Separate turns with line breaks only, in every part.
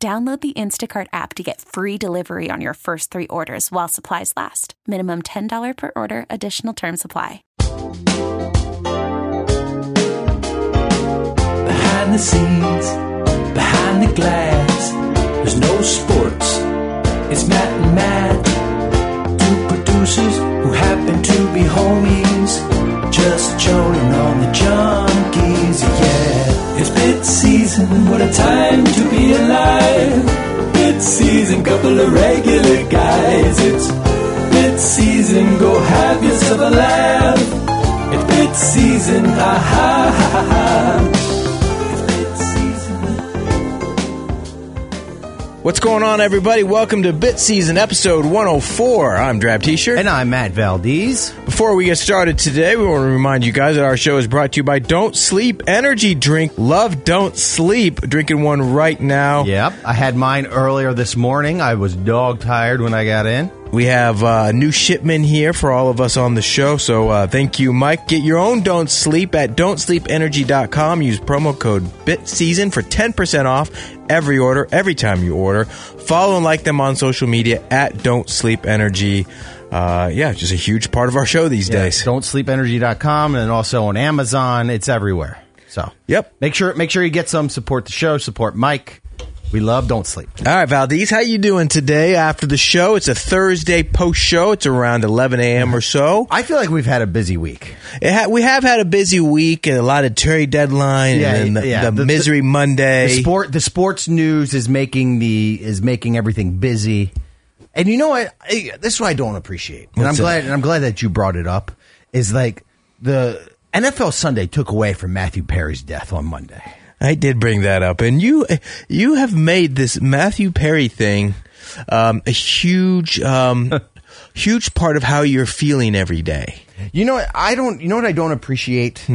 Download the Instacart app to get free delivery on your first three orders while supplies last. Minimum $10 per order, additional term supply.
Behind the scenes, behind the glass, there's no sports. It's Matt and Matt, two producers who happen to be homies, just joning on the junkies. Yeah, it's bit season, what a time to be alive. Bit season, couple of regular guys. It's bit season, go have yourself a laugh. It's bit season, ah ha ha ha. ha.
What's going on, everybody? Welcome to Bit Season episode 104. I'm Drab T shirt.
And I'm Matt Valdez.
Before we get started today, we want to remind you guys that our show is brought to you by Don't Sleep Energy Drink. Love Don't Sleep. Drinking one right now.
Yep. I had mine earlier this morning. I was dog tired when I got in.
We have uh, a new shipment here for all of us on the show. So uh, thank you, Mike. Get your own Don't Sleep at don'tsleepenergy.com. Use promo code BITSEASON for 10% off every order, every time you order. Follow and like them on social media at Don't Sleep Energy. Uh, yeah, just a huge part of our show these days.
Don'tSleepEnergy.com and also on Amazon. It's everywhere. So
Yep.
make sure make sure you get some. Support the show. Support Mike. We love Don't Sleep.
All right, Valdez, how you doing today after the show? It's a Thursday post show. It's around 11 a.m. or so.
I feel like we've had a busy week.
It ha- we have had a busy week and a lot of trade deadline
Yeah,
and then the,
yeah.
the
The- the-
misery Monday.
The sport, the sports news is making the is making everything busy, and you know what? I, this is what I don't appreciate, and
What's
I'm glad,
that?
and I'm glad that you brought it up. Is like the NFL Sunday took away from Matthew Perry's death on Monday.
I did bring that up, and you you have made this Matthew Perry thing um, a huge um, huge part of how you're feeling every day.
You know, what? I don't. You know what I don't appreciate?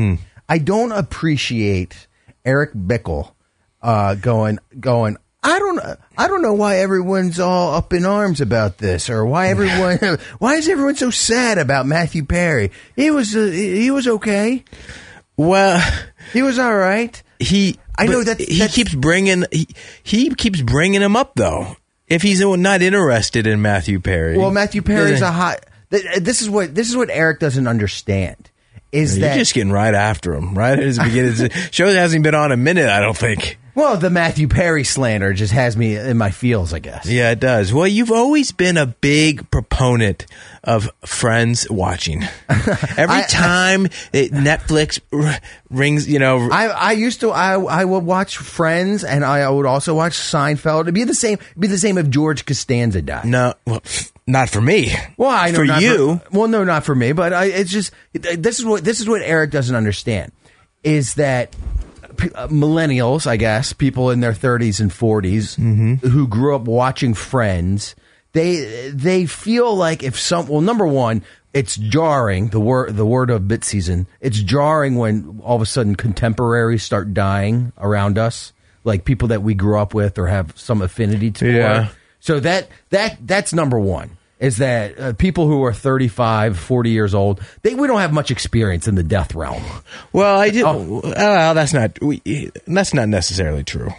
I don't appreciate Eric Bickle uh, going going. I don't. I don't know why everyone's all up in arms about this, or why everyone. why is everyone so sad about Matthew Perry? He was. Uh, he was okay.
Well,
He was all right.
he
I know
but
that's-
he
that's-
keeps bringing he, he keeps bringing him up though. If he's not interested in Matthew Perry,
Well, Matthew Perry's
then
a hot. th- This is what this is what Eric doesn't understand is
You're
that
just getting right after him, right at his beginning. The show hasn't been on a minute, I don't think.
well the Matthew Perry slander just has me in my feels. I guess.
Yeah, it does. Well, you've always been a big proponent of friends watching. Every
I-
time it, Netflix r- rings, you know,
I, I used to I I would watch Friends and I would also watch Seinfeld. It'd be the same. It'd be the same if George Costanza died.
no, well, not for me.
Well, I know
for
not
you.
well, no, not for me. But I, it's just this is what this is what Eric doesn't understand is that p- uh, millennials, I guess, people in their thirties and 40s
Mm-hmm.
who grew up watching Friends, they they feel like if some well, number one. It's jarring the word the word of bit season. It's jarring when all of a sudden contemporaries start dying around us, like people that we grew up with or have some affinity to.
Yeah.
So that that that's number one is that uh, people who are 35, 40 years old, they we don't have much experience in the death realm.
well, I do. Oh. that's not we, that's not necessarily true.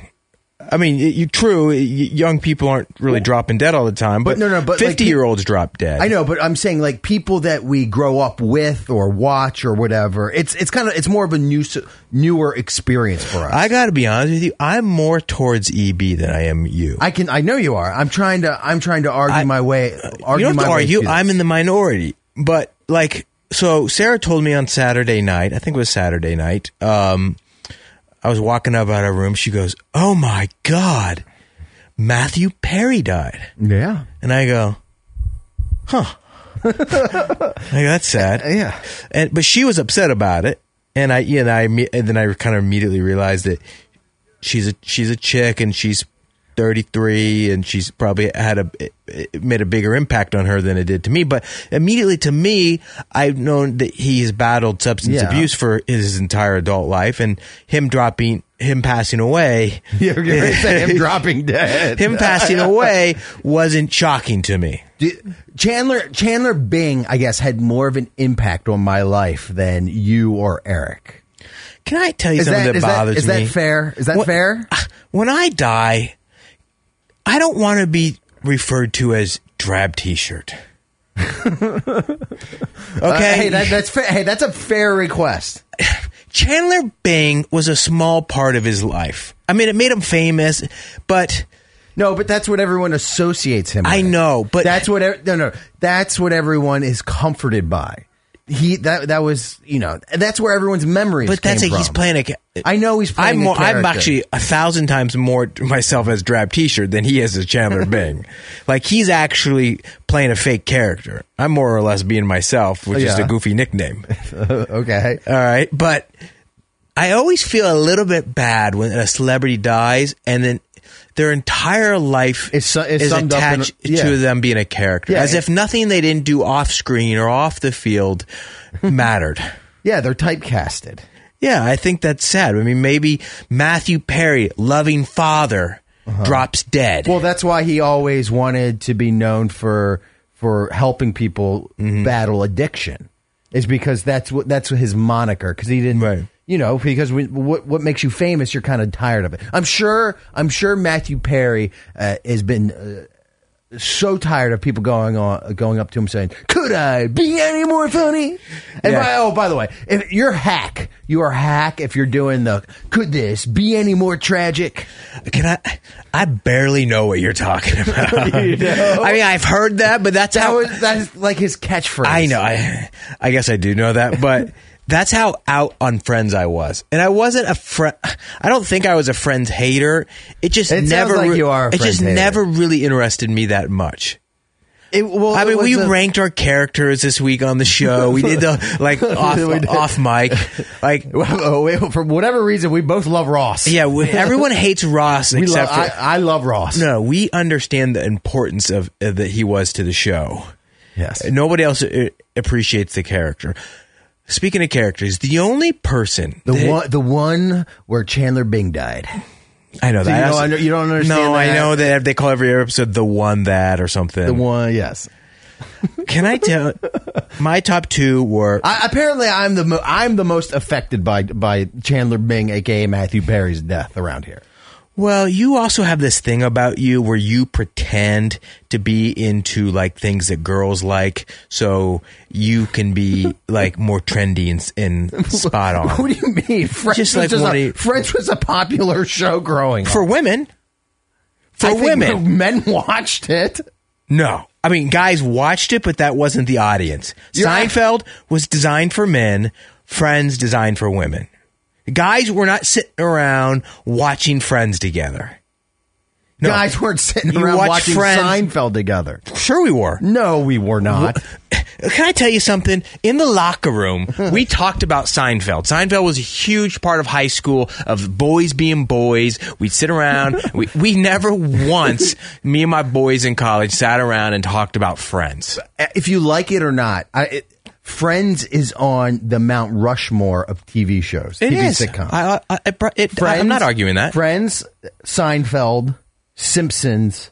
I mean, y- you true. y- Young people aren't really dropping dead all the time, but,
no, no, but, like,
fifty year olds drop dead.
I know, but I'm saying like people that we grow up with or watch or whatever. It's it's kind of it's more of a new s- newer experience for us.
I got to be honest with you. I'm more towards EB than I am you.
I can I know you are. I'm trying to I'm trying to argue
I-
my way argue
you don't
my
have to
way
argue.
through
I'm
this.
in the minority, but like, so Sarah told me on Saturday night. I think it was Saturday night. Um, I was walking up out of her room. She goes, "Oh my god, Matthew Perry died,"
Yeah.
and I go, "Huh." like that's sad.
Yeah.
And but she was upset about it, and I and I imme- and then I kind of immediately realized that she's a she's a chick and she's 33 and she's probably had a it- it made a bigger impact on her than it did to me but immediately to me i've known that he's battled substance
Yeah.
abuse for his entire adult life and him dropping him passing away
You're gonna say him dropping dead.
him passing away wasn't shocking to me
D- Chandler Chandler Bing, I guess, had more of an impact on my life than you or Eric.
can i tell you
Is
something
that
that,
is that,
bothers
is
me
that fair? Is that
What-
fair?
when i die i don't want to be referred to as drab t-shirt okay
Uh, hey, that, that's fa- hey, that's a fair request.
Chandler Bing was a small part of his life. I mean, it made him famous, but
No, but that's what everyone associates him.
I
with.
know, but-
that's what ev- no no that's what everyone is comforted by. He that that was you know that's where everyone's memories.
but that's a,
came
he's
from.
playing a. ca-
I know he's playing
I'm
a
more. I'm
character.
actually a thousand times more to myself as Drab T-shirt than he is as Chandler Bing. Like he's actually playing a fake character. I'm more or less being myself, which is
Yeah.
a goofy nickname.
Uh, okay.
All right, but I always feel a little bit bad when a celebrity dies and then their entire life
It's su- it's
is
summed up in-
attached
yeah.
to them being a character,
Yeah,
as
it-
if nothing they didn't do off screen or off the field mattered.
Yeah, they're typecasted.
Yeah, I think that's sad. I mean, maybe Matthew Perry, loving father, drops dead.
Uh-huh. Well, that's why he always wanted to be known for for helping people
Mm-hmm.
battle addiction. Is because that's what that's his moniker because he didn't
Right.
you know because we, what what makes you famous you're kind of tired of it. I'm sure I'm sure Matthew Perry uh, has been uh, so tired of people going on going up to him saying, "Could I be any more funny?" And
Yeah.
by, oh, by the way, if you're hack, you are hack if you're doing the "Could this be any more tragic?"
Can I? I barely know what you're talking about. I mean, I've heard that, but that's
That
how
was that's like his catchphrase.
Oh. I know. I, I guess I do know that, but that's how out on Friends I was, and I wasn't a friend. I don't think I was a Friends hater. It just
It sounds
never.
like you are a
it just
Friends hater.
never really interested me that much.
It, well,
I
it
mean,
was
we
a-
ranked our characters this week on the show. We did the like off
We did.
off mic, like.
for whatever reason we both love Ross.
Yeah, we, everyone hates Ross
we love.
except
I,
for,
I love Ross.
no. We understand the importance of uh, that he was to the show.
Yes.
Nobody else uh, appreciates the character. Speaking of characters, the only person
The
that-
one, the one where Chandler Bing died.
I know
So
that.
you
I
don't
also-
under- you don't understand
No, I
that?
know that they call every episode the one that or something.
The one, yes.
Can I tell? my top two were
I, apparently, I'm the mo- I'm the most affected by by Chandler Bing, aka Matthew Perry's death around here.
well. You also have this thing about you where you pretend to be into like things that girls like, so you can be like more trendy and, and spot
What
on
do you mean? French
Just
was
like what
a,
he-
French was a popular show growing
for
up.
women. For
I think
women,
men watched it.
No. I mean, guys watched it, but that wasn't the audience.
You're right.
Seinfeld was designed for men, Friends designed for women. Guys were not sitting around watching Friends together. No.
Guys weren't sitting
You
around
watch
watching
Friends-
Seinfeld together.
Sure, we were.
No, we were not.
Can I tell you something? In the locker room, we talked about Seinfeld. Seinfeld was a huge part of high school, of boys being boys. We'd sit around. we, we never once, me and my boys in college, sat around and talked about Friends.
if you like it or not, I, it, Friends is on the Mount Rushmore of TV shows.
It
TV
is.
sitcoms.
I, I, I, it,
Friends-
I'm not arguing that.
Friends, Seinfeld, Simpsons.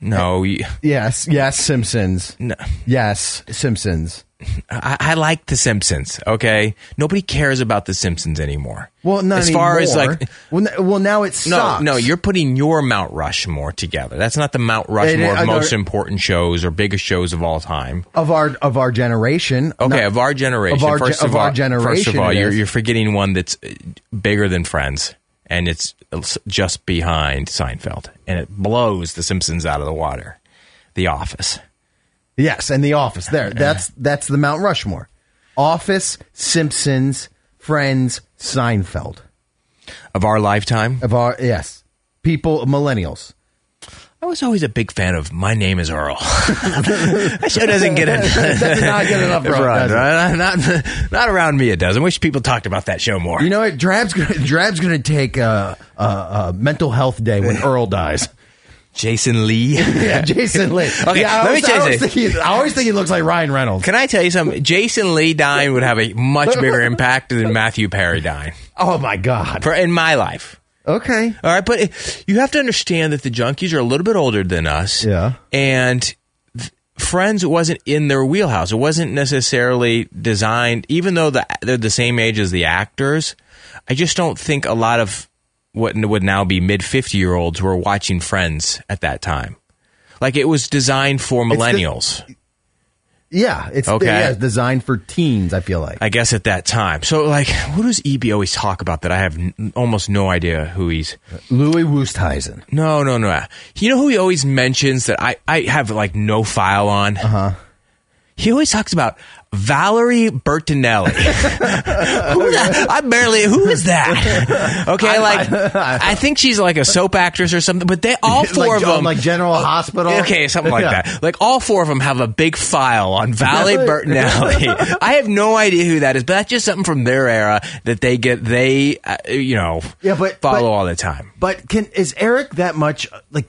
No, you-
Yes, yes, Simpsons.
no.
Yes, Simpsons.
I, I like The Simpsons. Okay, nobody cares about The Simpsons anymore.
Well, not
as far as
anymore.
like.
well, n- well, now it's
No, no, you're putting your Mount Rushmore together. That's not the Mount Rushmore
I
of
know-
most important shows or biggest shows of all time.
of our of our generation.
Okay,
Not-
of our generation.
of our,
first
ge-
of,
of our
all, First
generation
of all,
it
you're,
is.
you're forgetting one that's uh, bigger than Friends, and it's it's just behind Seinfeld, and it blows The Simpsons out of the water. The Office.
Yes, and The Office. There, that's that's the Mount Rushmore. Office, Simpsons, Friends, Seinfeld.
of our lifetime.
Of our yes, people millennials.
I was always a big fan of My Name Is Earl. that show doesn't get enough.
That's not good enough, bro.
Right,
does it?
right. Not, not around me, it doesn't. Wish people talked about that show more.
You uh, know what? Drab's gonna, Drab's going to take a, a, a mental health day when Earl dies.
Jason Lee.
Yeah, Jason Lee.
Okay,
Yeah, I
let me
always,
tell you
I always
something.
think he, I always think he looks like Ryan Reynolds.
Can I tell you something? Jason Lee dying would have a much bigger impact than Matthew Perry dying
oh my god.
for in my life.
Okay.
All right, but it- you have to understand that the junkies are a little bit older than us.
Yeah.
And th- Friends wasn't in their wheelhouse. It wasn't necessarily designed, even though the, they're the same age as the actors. I just don't think a lot of what n- would now be mid 50 year olds were watching Friends at that time. Like it was designed for millennials.
Yeah, it's
Okay.
yeah, it's designed for teens. I feel like
I guess at that time. So like, who does EB always talk about that? I have n- almost no idea who he's.
Louis Wusthuizen.
No, no, no. You know who he always mentions that I I have like no file on. Uh huh. He always talks about Valerie Bertinelli. who the, I barely. Who is that? Okay, like I, think she's like a soap actress or something. But they all four
like,
of them
like General Hospital.
Okay, something like
Yeah.
that. Like all four of them have a big file on Valley
Really?
Bertinelli. I have no idea who that is, but that's just something from their era that they get. They, uh, you know,
Yeah, but-
follow
but-
all the time.
But can is Eric that much like?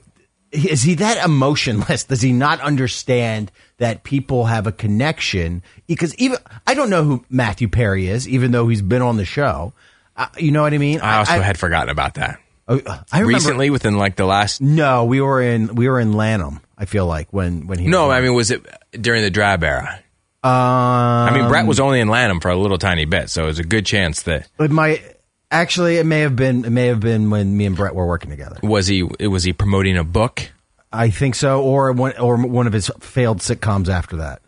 Is he that emotionless? Does he not understand that people have a connection? Because even I don't know who Matthew Perry is, even though he's been on the show. Uh, you know what I mean?
I also had forgotten about that
I, I remember,
recently, within like the last.
No, we were in we were in Lanham. I feel like when when he
No,
was
I mean, was it during the Drab era?
uh,
I mean, Brett was only in Lanham for a little tiny bit, so it was a good chance that
it might actually it may have been it may have been when me and Brett were working together.
was he was he promoting a book.
I think so, or one or one of his failed sitcoms after that.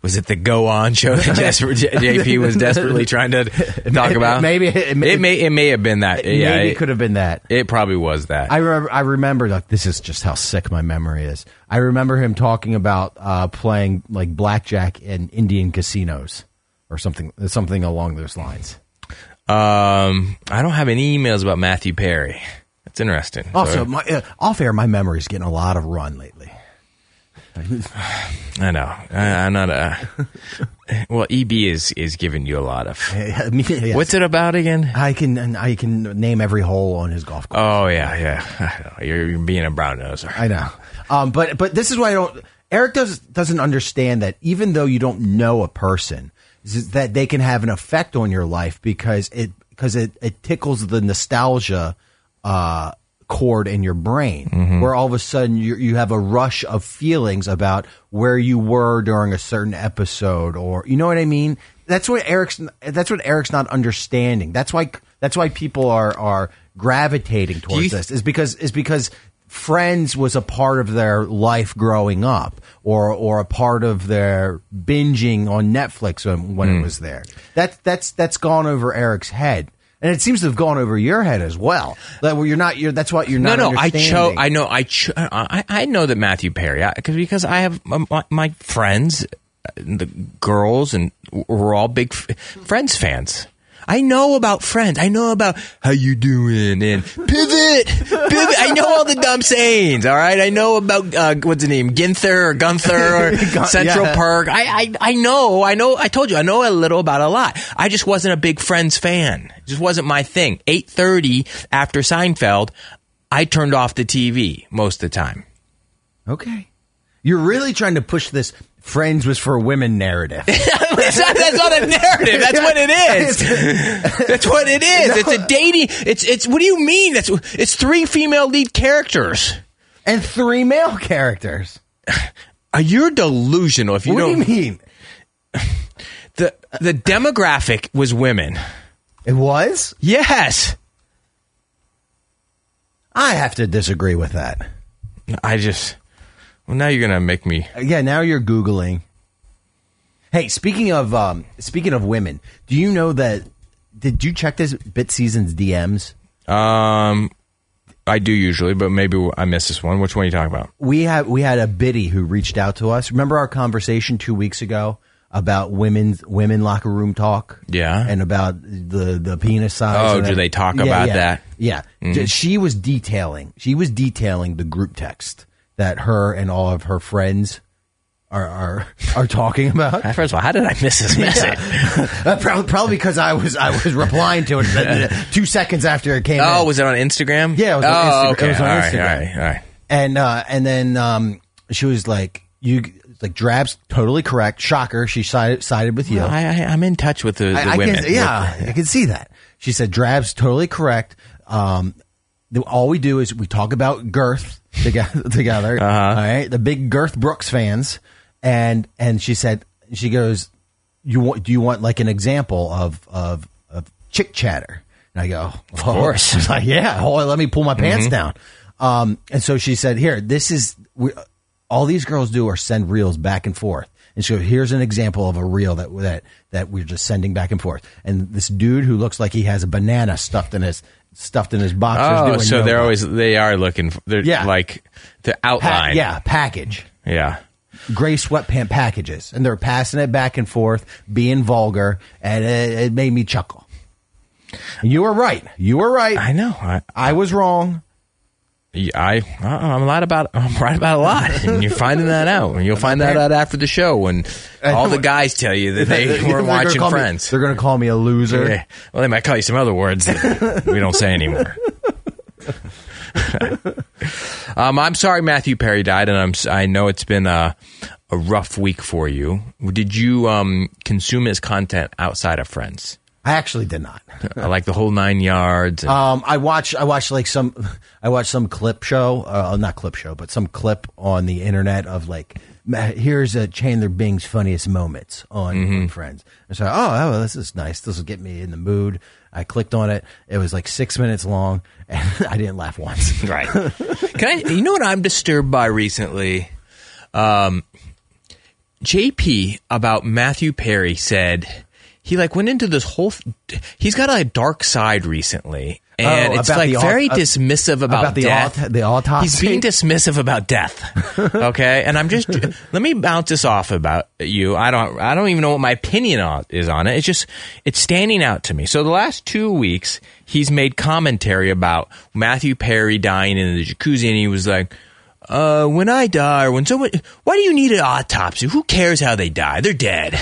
Was it the Go On show that Jesper, J- JP was desperately trying to talk about?
maybe- it may-
it may it may have been that. yeah,
Maybe
it-
it could have been that.
It probably was that.
I remember. I remember. Like this is just how sick my memory is. I remember him talking about uh, playing like blackjack in Indian casinos or something, something along those lines.
um, I don't have any emails about Matthew Perry. That's interesting. So,
Also, my, uh, off air, my memory's getting a lot of run lately.
I know I, I'm not a. well, EB is is giving you a lot of.
I mean, yes.
What's it about again?
I can I can name every hole on his golf course.
Oh yeah, yeah. You're, you're being a brown noser.
I know. Um, but but this is why I don't. Eric does doesn't understand that even though you don't know a person, is that they can have an effect on your life because it because it, it tickles the nostalgia uh, chord in your brain, where all of a sudden you you have a rush of feelings about where you were during a certain episode, or you know what I mean. That's what Eric's. That's what Eric's not understanding. That's why. That's why people are are gravitating towards
you-
this is because is because friends was a part of their life growing up or or a part of their binging on Netflix when, when
Hmm.
it was there. That's that's that's gone over Eric's head. And it seems to have gone over your head as well. That where you're not you're that's what you're
No,
not
no. I chose.
understanding.
I know. I cho- I I know that Matthew Perry because because I have um, my, my friends, uh, the girls, and we're all big f- Friends fans. I know about Friends. I know about how you doing and pivot, pivot. I know all the dumb sayings. All right. I know about uh, what's his name, Ginther or Gunther or
Gun-
Central
yeah.
Park. I, I I know. I know. I told you. I know a little about a lot. I just wasn't a big Friends fan. It just wasn't my thing. Eight thirty after Seinfeld, I turned off the TV most of the time.
Okay. You're really trying to push this friends was for women narrative.
It's not- that's not a narrative. That's what it is. That's what it is. It's a dating. It's it's. What do you mean? That's it's three female lead characters.
and three male characters.
Uh, You're delusional if you
What do
don't.
you mean?
The the demographic was women.
It was?
Yes.
I have to disagree with that.
I just. Well, now you're gonna make me.
Yeah, now you're googling. Hey, speaking of um, speaking of women, do you know that? Did you check this Bit Season's DMs?
Um, I do usually, but maybe I missed this one. Which one are you talking about?
We have we had a biddy who reached out to us. Remember our conversation two weeks ago about women's women locker room talk?
Yeah.
and about the the penis size.
Oh,
and
do
everything.
they talk
Yeah,
about
yeah,
that? Mm-hmm.
Yeah, she was detailing. She was detailing the group text that her and all of her friends are are, are talking about.
First of all, how did I miss this message?
Uh, probably, probably because I was I was replying to it uh, two seconds after it came.
Oh,
in.
was it on Instagram?
Yeah, it was on
oh,
Instagram.
okay.
It was on
All right,
Instagram.
all right, all right.
and uh, and then um, she was like, "You like Drab's totally correct. Shocker, she sided, sided with you."
I, I, I'm in touch with the, the
I, I
women.
Can, yeah, I can see that. She said, "Drab's totally correct. Um, the, all we do is we talk about girth together. together All
Uh-huh.
right, the big girth Brooks fans, and and she said, she goes, you want? Do you want like an example of of, of chick chatter?" And I go, "Of
course. Mm-hmm.
I was like, "Yeah, hold on, let me pull my pants down." Um, and so she said, "Here, this is we, all these girls do are send reels back and forth." And so here's an example of a reel that that that we're just sending back and forth. And this dude who looks like he has a banana stuffed in his stuffed in his boxers.
Oh,
doing
so
no
they're
work.
always they are looking. For, they're
Yeah.
like the
Pa-
outline.
yeah package
yeah.
gray sweatpant packages, and they're passing it back and forth, being vulgar, and it, it made me chuckle. And you were right. You were right.
I know. I
I was wrong.
I uh-uh, I'm right about I'm right about a lot, and you're finding that out, and you'll find that out after the show when all the guys tell you that they
They're
were
gonna
watching
call me-
Friends.
they're going to call me a loser.
Yeah. Well, they might call you some other words that we don't say anymore. um, I'm sorry Matthew Perry died, and I'm s- I know it's been a a rough week for you. Did you um, consume his content outside of Friends?
I actually did not.
I like the whole nine yards. and-
Um, I watched. I watched like some. I watched some clip show. Uh, not clip show, but some clip on the internet of like. "Ma- Here's a Chandler Bing's funniest moments on
Mm-hmm.
on Friends. I said, oh, oh, this is nice. This will get me in the mood. I clicked on it. It was like six minutes long, and I didn't laugh once.
Right. Can I? You know what I'm disturbed by recently? Um, JP about Matthew Perry said he like went into this whole. th- he's got a dark side recently, and
Oh,
it's
about
like
the au-
very
uh,
dismissive about,
about the
death.
aut- the autopsy?
He's being dismissive about death. Okay, and I'm just let me bounce this off about you. I don't. I don't even know what my opinion on, is on it. It's just it's standing out to me. So the last two weeks, he's made commentary about Matthew Perry dying in the jacuzzi, and he was like. Uh, when I die, or when someone, why do you need an autopsy? Who cares how they die? They're dead.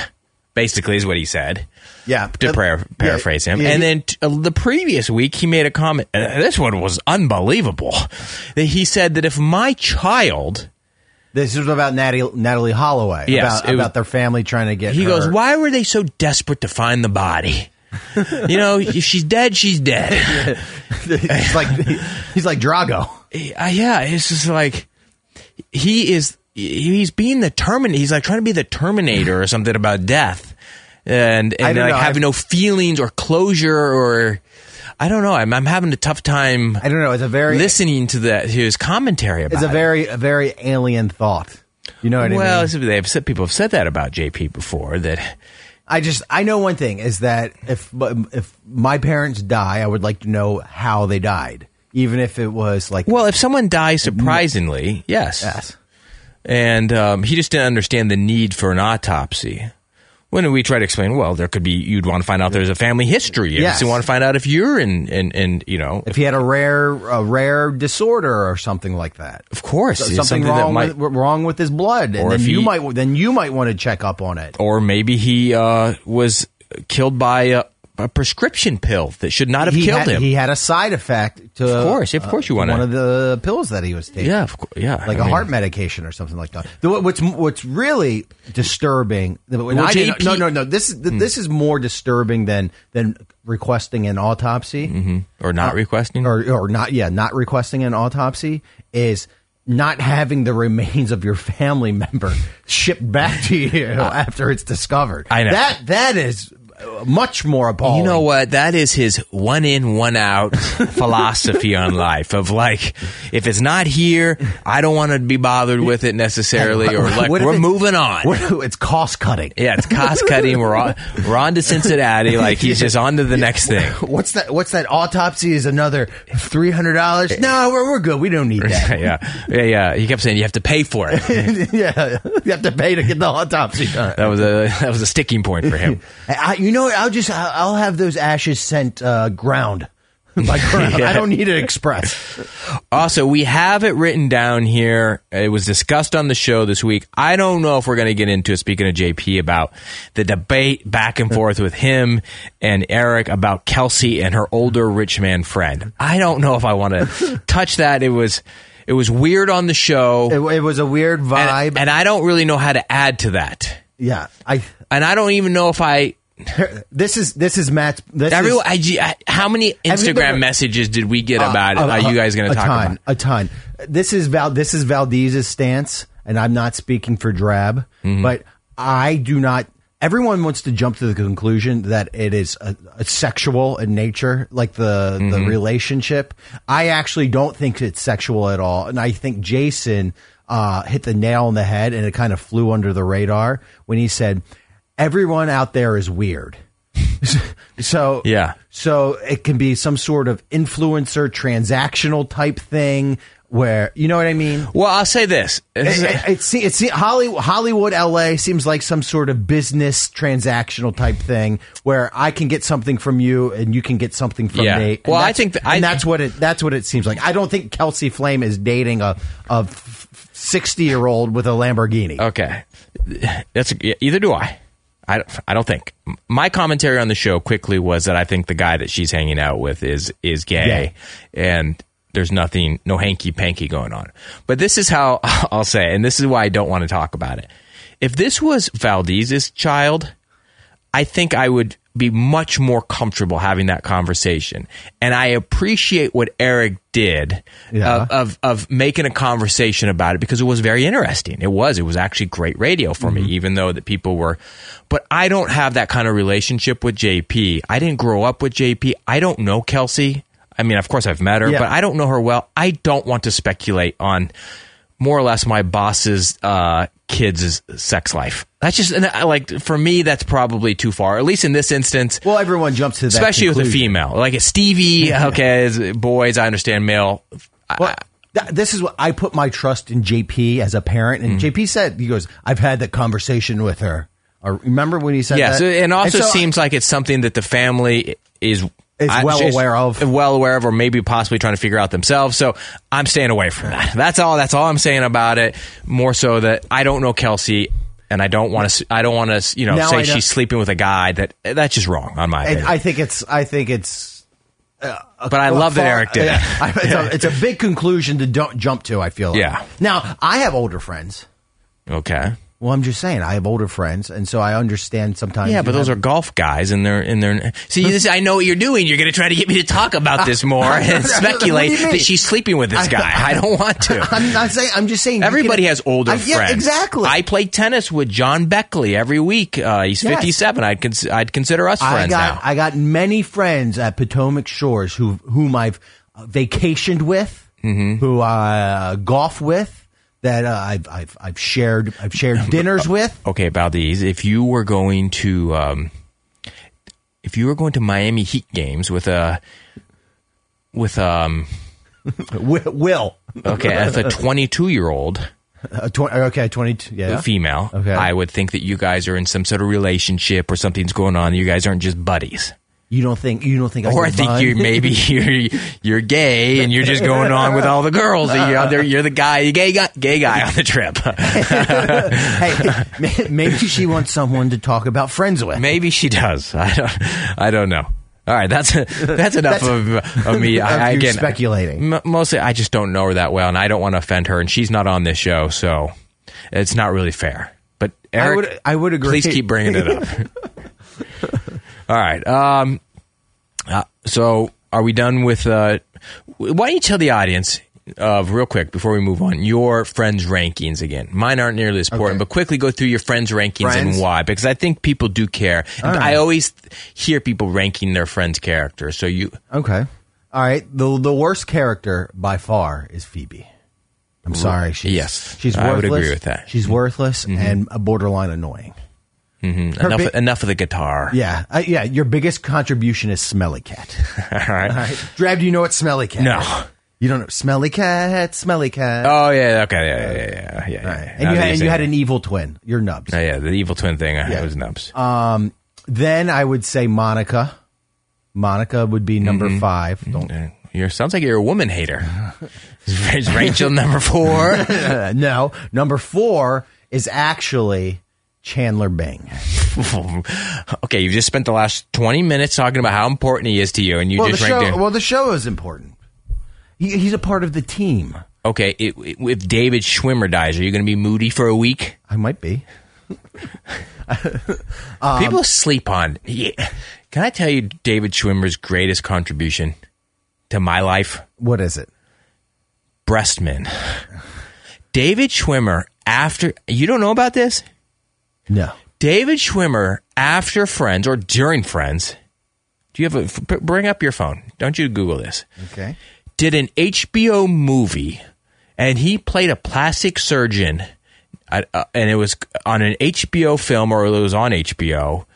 Basically, is what he said
Yeah,
to
Uh,
para- paraphrase him.
yeah,
and
he-
then t- uh, the previous week, he made a comment. Uh, this one was unbelievable. That he said that if my child,
This is about Natalie, Natalie Holloway.
Yes,
about,
it was-
about their family trying to get.
he goes,
her-
why were they so desperate to find the body? you know, if she's dead, she's dead.
he's like he's like Drago.
Uh, yeah, it's just like he is. He's being the terminator. He's like trying to be the Terminator or something about death, and and
don't
like
know.
having
I've-
no feelings or closure or I don't know. I'm I'm having a tough time.
I don't know. It's a very
listening to that his commentary about
It's a very a very alien thought. You know what
it.
I
well
mean?
it's- they've said people have said that about JP before that
I just I know one thing is that if if my parents die, I would like to know how they died, even if it was like
well if someone dies surprisingly yes
yes.
and um, he just didn't understand the need for an autopsy when we try to explain well there could be you'd want to find out there's a family history
Yes.
you want to find out if you're in and and you know
If he had a rare a rare disorder or something like that,
of course
So-
it's
something,
that
wrong
might
with, wrong with his blood, and
Or
then
if
you
he-
might then you might want to check up on it.
or maybe he uh, was killed by a, a prescription pill that should not have
he
killed
had,
him
He had a side effect to uh,
Of course, of course you wanna-
one of the pills that he was taking.
yeah of course yeah
like
a
a heart medication or something like that. The- what's what's really disturbing? and I didn't-
JP
no, no, no. This is this is more disturbing than than requesting an autopsy
or
Uh,
not requesting
or or not. Yeah, not requesting an autopsy is not having the remains of your family member shipped back to you after it's discovered.
Ah. I know.
that that is much more appalling.
You know what? That is his one in, one out philosophy on life of like, if it's not here, I don't want to be bothered with it necessarily, or like,
What if
we're
it-
moving on.
What- it's cost cutting.
yeah, it's cost cutting. We're on, we're on to Cincinnati. Like he's just on to the next thing.
What's that? What's that? Autopsy is another three hundred dollars. No, we're, we're good. We don't need that.
yeah, yeah, yeah. He kept saying you have to pay for it.
yeah, you have to pay to get the autopsy done.
That was a that was a sticking point for him.
I, I- you know, I'll just I'll I'll have those ashes sent uh, ground.
by Crown. I don't need it express.
Also, we have it written down here. It was discussed on the show this week. I don't know if we're going to get into it, speaking of JP, about the debate back and forth with him and Eric about Kelsey and her older rich man friend. I don't know if I want to touch that. It was. It was weird on the show,
It, it was a weird vibe.
and, and I don't really know how to add to that.
Yeah, I.
And I don't even know if I.
This is this is Matt's. This
Every,
is,
I, I- how many
you
Instagram
been-
messages did we get about it?
Uh,
Are
uh,
you guys going
a
to talk
ton,
about? it?
a ton? This is Val. This is Valdez's stance, and I'm not speaking for Drab,
Mm-hmm.
but I do not. Everyone wants to jump to the conclusion that it is a, a sexual in nature, like the
Mm-hmm.
the relationship. I actually don't think it's sexual at all, and I think Jason uh, hit the nail on the head, and it kind of flew under the radar when he said, "Everyone out there is weird." so
Yeah.
so it can be some sort of influencer transactional type thing where you know what I mean.
Well, I'll say this. This
It,
is-
it, it, se- it se- Hollywood, Hollywood, LA seems like some sort of business transactional type thing where I can get something from you and you can get something from
Yeah.
me. And
Well, I
that's-
think that- I-
and that's what it that's what it seems like. I don't think Kelsey Flame is dating a a sixty year old with a Lamborghini.
Okay, that's yeah, either do I. I don't, I don't think M- my commentary on the show quickly was that I think the guy that she's hanging out with is is gay, and there's nothing no hanky panky going on. But this is how I'll say, it, and this is why I don't want to talk about it. If this was Valdez's child, I think I would be much more comfortable having that conversation. And I appreciate what Eric did of, of of making a conversation about it because it was very interesting. It was it was actually great radio for me even though that people were but I don't have that kind of relationship with JP. I didn't grow up with JP. I don't know Kelsey. I mean, of course I've met her,
Yeah.
but I don't know her well. I don't want to speculate on more or less my boss's uh, kids' sex life. That's just and I, like for me, that's probably too far. At least in this instance,
Well, everyone jumps to that,
especially with a
conclusion.
female. Like a Stevie, okay, is boys, I understand male. I-
Well, th- this is what I put my trust in JP as a parent,
Mm-hmm.
and JP said, "He goes, I've had that conversation with her." Or remember when he said
yeah,
that?
so, and also
so-
seems like it's something that the family is
Is
I-
well aware of.
well aware of, or maybe possibly trying to figure out themselves. So I'm staying away from that. That's all. That's all I'm saying about it. More so that I don't know Kelsey. And I don't want to. I don't want to. You know,
Now I
say
know-
she's sleeping with a guy. That that's just wrong on my.
and
opinion.
I think it's. I think it's.
But I love that
far-
Eric did it.
Yeah. I- it's, a, it's a big conclusion to don't jump to. I feel. Like.
Yeah.
Now I have older friends.
Okay.
Well, I'm just saying I have older friends, and so I understand sometimes.
Yeah, but those are golf guys, and they're and they're. See, this, I know what you're doing. You're going to try to get me to talk about this more and speculate
What do you mean?
that she's sleeping with this guy. I don't want to.
I'm not saying. I'm just saying. you
Everybody
can-
has older
I- yeah,
friends.
Exactly.
I play tennis with John Beckley every week. Uh, he's
Yes.
57. I'd cons- I'd consider us
I
friends
got
now.
I got many friends at Potomac Shores who whom I've uh, vacationed with,
Mm-hmm.
who I uh, golf with, that uh, I've I've I've shared I've shared dinners with.
okay, Valdez, if you were going to, um, if you were going to Miami Heat games with a, with um,
Wi- Will
okay, with a 22 year old.
uh, tw- okay twenty two yeah
female,
Okay.
I would think that you guys are in some sort of relationship or something's going on. You guys aren't just buddies.
you don't think you don't think
Or I
can
think
bond?
you maybe you're you're gay and you're just going on with all the girls. that You're, out there, you're the guy, the gay guy, gay guy on the trip.
hey may- maybe she wants someone to talk about friends with.
maybe she does. I don't. I don't know. All right, that's that's enough of, of me. I, I-
You're
again,
speculating.
M- mostly, I just don't know her that well, and I don't want to offend her, and she's not on this show, so it's not really fair. But Eric,
would- I would agree.
Please keep bringing it up. All right. Um, uh, so, are we done with? Uh, why don't you tell the audience? Of real quick before we move on, your friends rankings again. Mine aren't nearly as important, but quickly go through your friends rankings
Friends?
and why, because I think people do care. And I always hear people ranking their friends' characters. So you,
Okay. All right. The the worst character by far is Phoebe. I'm sorry. She's,
Yes.
She's worthless.
I would agree with that. Mm-hmm.
She's worthless and a borderline annoying. Her
Mm-hmm. enough,
bi-
enough of the guitar.
yeah. Uh, yeah. Your biggest contribution is Smelly Cat.
All right.
Drab, do you know what Smelly Cat
No.
is? You don't know. Smelly Cat, Smelly Cat.
Oh yeah, okay, yeah, yeah, yeah, yeah. yeah,
All right.
Now
And, you
that
had, and
say
you had
that.
an evil twin. You're Nubs.
uh,
Uh, Um,
Oh, yeah, the evil twin thing. I It was nubs.
Then I would say Monica. Monica would be number
Mm-hmm.
five. Don't
You're sounds like you're a woman hater. Is Rachel number four?
Uh, no. Number four is actually Chandler Bing.
okay, you've just spent the last twenty minutes talking about how important he is to you, and you
Well, the
just ranked
show.
him.
Well, the show is important. He, he's a part of the team.
okay, it, it- if David Schwimmer dies, are you going to be moody for a week?
I might be. Um,
People sleep on. Yeah. Can I tell you David Schwimmer's greatest contribution to my life?
What is it?
Breastman. David Schwimmer, after, you don't know about this?
No.
David Schwimmer, after Friends or during Friends, do you have a, f- bring up your phone. Don't you Google this.
Okay.
Did an HBO movie and he played a plastic surgeon I- uh, and it was on an HBO film or it was on HBO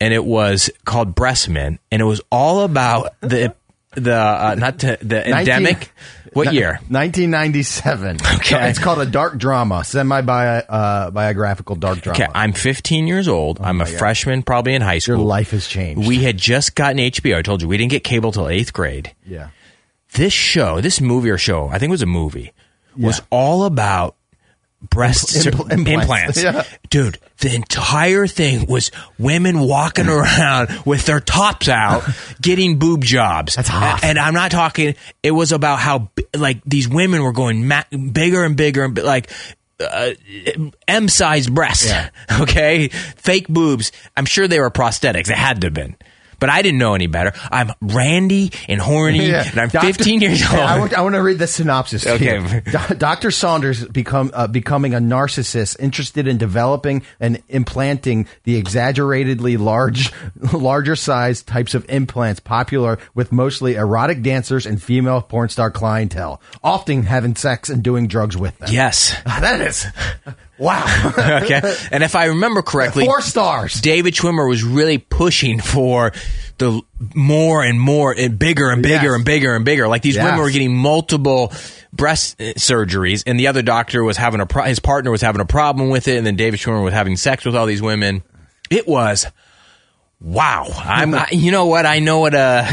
and it was called Breastman and it was all about the, the, uh, not the, the endemic. What year?
1997.
Okay.
It's called a dark drama, semi uh, biographical dark drama.
Okay, I'm 15 years old. I'm a freshman, probably in high school.
Oh Your life has changed.
We had just gotten HBO. I told you we didn't get cable till eighth grade.
yeah.
This show, this movie or show, I think it was a movie, was
Yeah.
all about breast
Impl-
sur-
impl- implants.
implants.
Yeah.
Dude, the entire thing was women walking around with their tops out, getting boob jobs.
That's hot.
A- And I'm not talking. It was about how bi- like these women were going ma- bigger and bigger and bi- like. Uh, M sized breasts, okay, fake boobs. I'm sure they were prosthetics. They had to have been, but I didn't know any better. I'm randy and horny, and I'm
Doctor-
15 years old.
Yeah, I want, I want to read the synopsis. to you.
Okay.
Do- Dr. Saunders become uh, becoming a narcissist, interested in developing and implanting the exaggeratedly large, larger size types of implants popular with mostly erotic dancers and female porn star clientele, often having sex and doing drugs with them.
yes,
that is wow.
okay. And if I remember correctly,
Four stars.
David Schwimmer was really pushing for the more and more and bigger and bigger
Yes.
and bigger and bigger. Like these
Yes.
women were getting multiple breast uh, surgeries, and the other doctor was having a pro- his partner was having a problem with it, and then David Schwimmer was having sex with all these women. It was. Wow, I'm. I, you know what? I know what a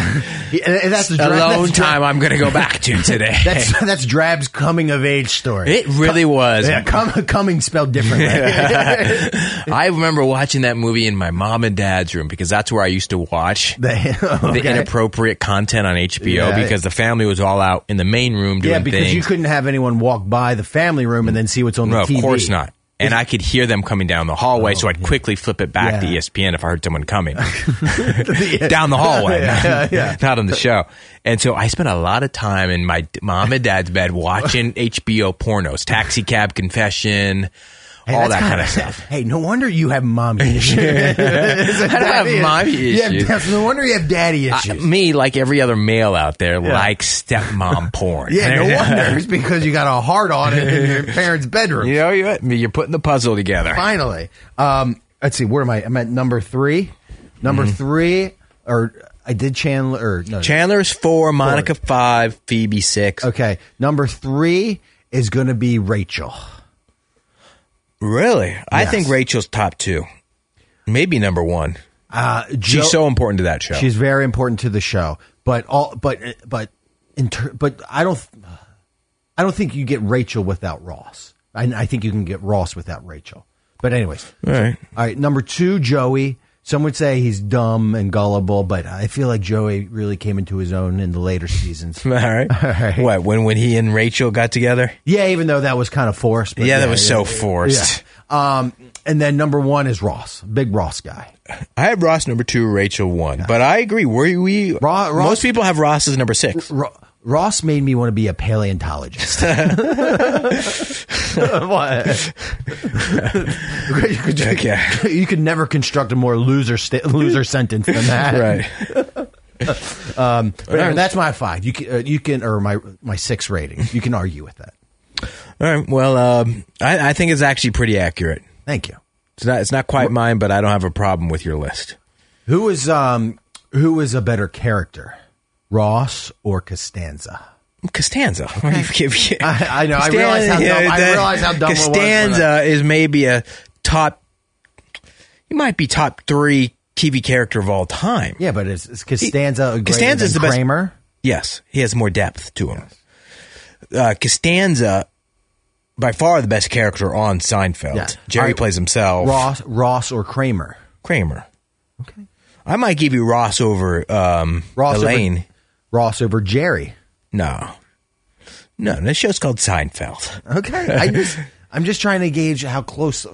Yeah, and that's the dra-
alone
that's dra-
time I'm going to go back to today.
That's that's Drab's coming of age story.
it really was.
yeah, com- coming spelled differently.
I remember watching that movie in my mom and dad's room because that's where I used to watch
The-
the
okay.
inappropriate content on HBO
Yeah.
because the family was all out in the main room doing
Yeah, because
things.
you couldn't have anyone walk by the family room and then see what's on
no,
the TV.
of course not. And I could hear them coming down the hallway, so I'd quickly flip it back
Oh, Yeah.
to E ESPN if I heard someone coming down the hallway,
Yeah, yeah.
not on the show. And so I spent a lot of time in my d- mom and dad's bed watching HBO pornos, Taxi Cab Confession,
Hey,
all
that's
that kind
kinda-
of stuff.
Hey, no wonder you have mommy issues. I
don't have mommy issues.
no wonder you have daddy
I-
issues.
Uh, me, like every other male out there, likes stepmom porn.
yeah, no wonder. It's because you got a heart on it in your parents' bedroom.
You know, you're, you're putting the puzzle together.
Finally, um, let's see. Where am I? I'm at number three. Number
Mm-hmm.
three, or I did Chandler. Or, no,
Chandler's four, Uh, Monica five, Phoebe six.
okay, number three is going to be Rachel.
Really? I
Yes.
think Rachel's top two, maybe number one.
Uh,
She's
Joe-
so important to that show.
She's very important to the show, but all but but in ter- but I don't I don't think you get Rachel without Ross. I, I think you can get Ross without Rachel. But anyways,
all right.
all right. Number two, Joey. Some would say he's dumb and gullible, but I feel like Joey really came into his own in the later seasons.
All right. What? When when he and Rachel got together?
yeah, even though that was kind of forced. But
Yeah, that was so forced.
Yeah. Um, and then number one is Ross, big Ross guy.
I have Ross number two, Rachel one. But I agree. Were we?
Ro- Ross-
most people have Ross as number six.
Ro- Ross made me want to be a paleontologist. what? you,
Okay.
could, you could never construct a more loser sta- loser sentence than that. But anyway, that's my five. You can, uh, you can, or my my six rating. You can argue with that.
All right. Well, um, I, I think it's actually pretty accurate.
Thank you.
It's not. It's not quite mine, but I don't have a problem with your list.
Who is um who is a better character, Ross or Costanza?
Costanza. What do you give you?
I- I know, I realize how dumb- I
that-
realize how dumb it was when I-
Costanza is maybe a top. He might be top three TV character of all time.
Yeah, but it's, it's Costanza. greater
Costanza's
than
the best-
Kramer.
Yes, he has more depth to him. Uh, Costanza, by far the best character on Seinfeld.
Yeah.
Jerry
All right.
plays himself.
Ross, Ross or Kramer.
Kramer.
Okay.
I might give you Ross over um,
Ross over-
Elaine.
Ross over Jerry.
no. No, this show's called Seinfeld.
Okay. I just, I'm just trying to gauge how close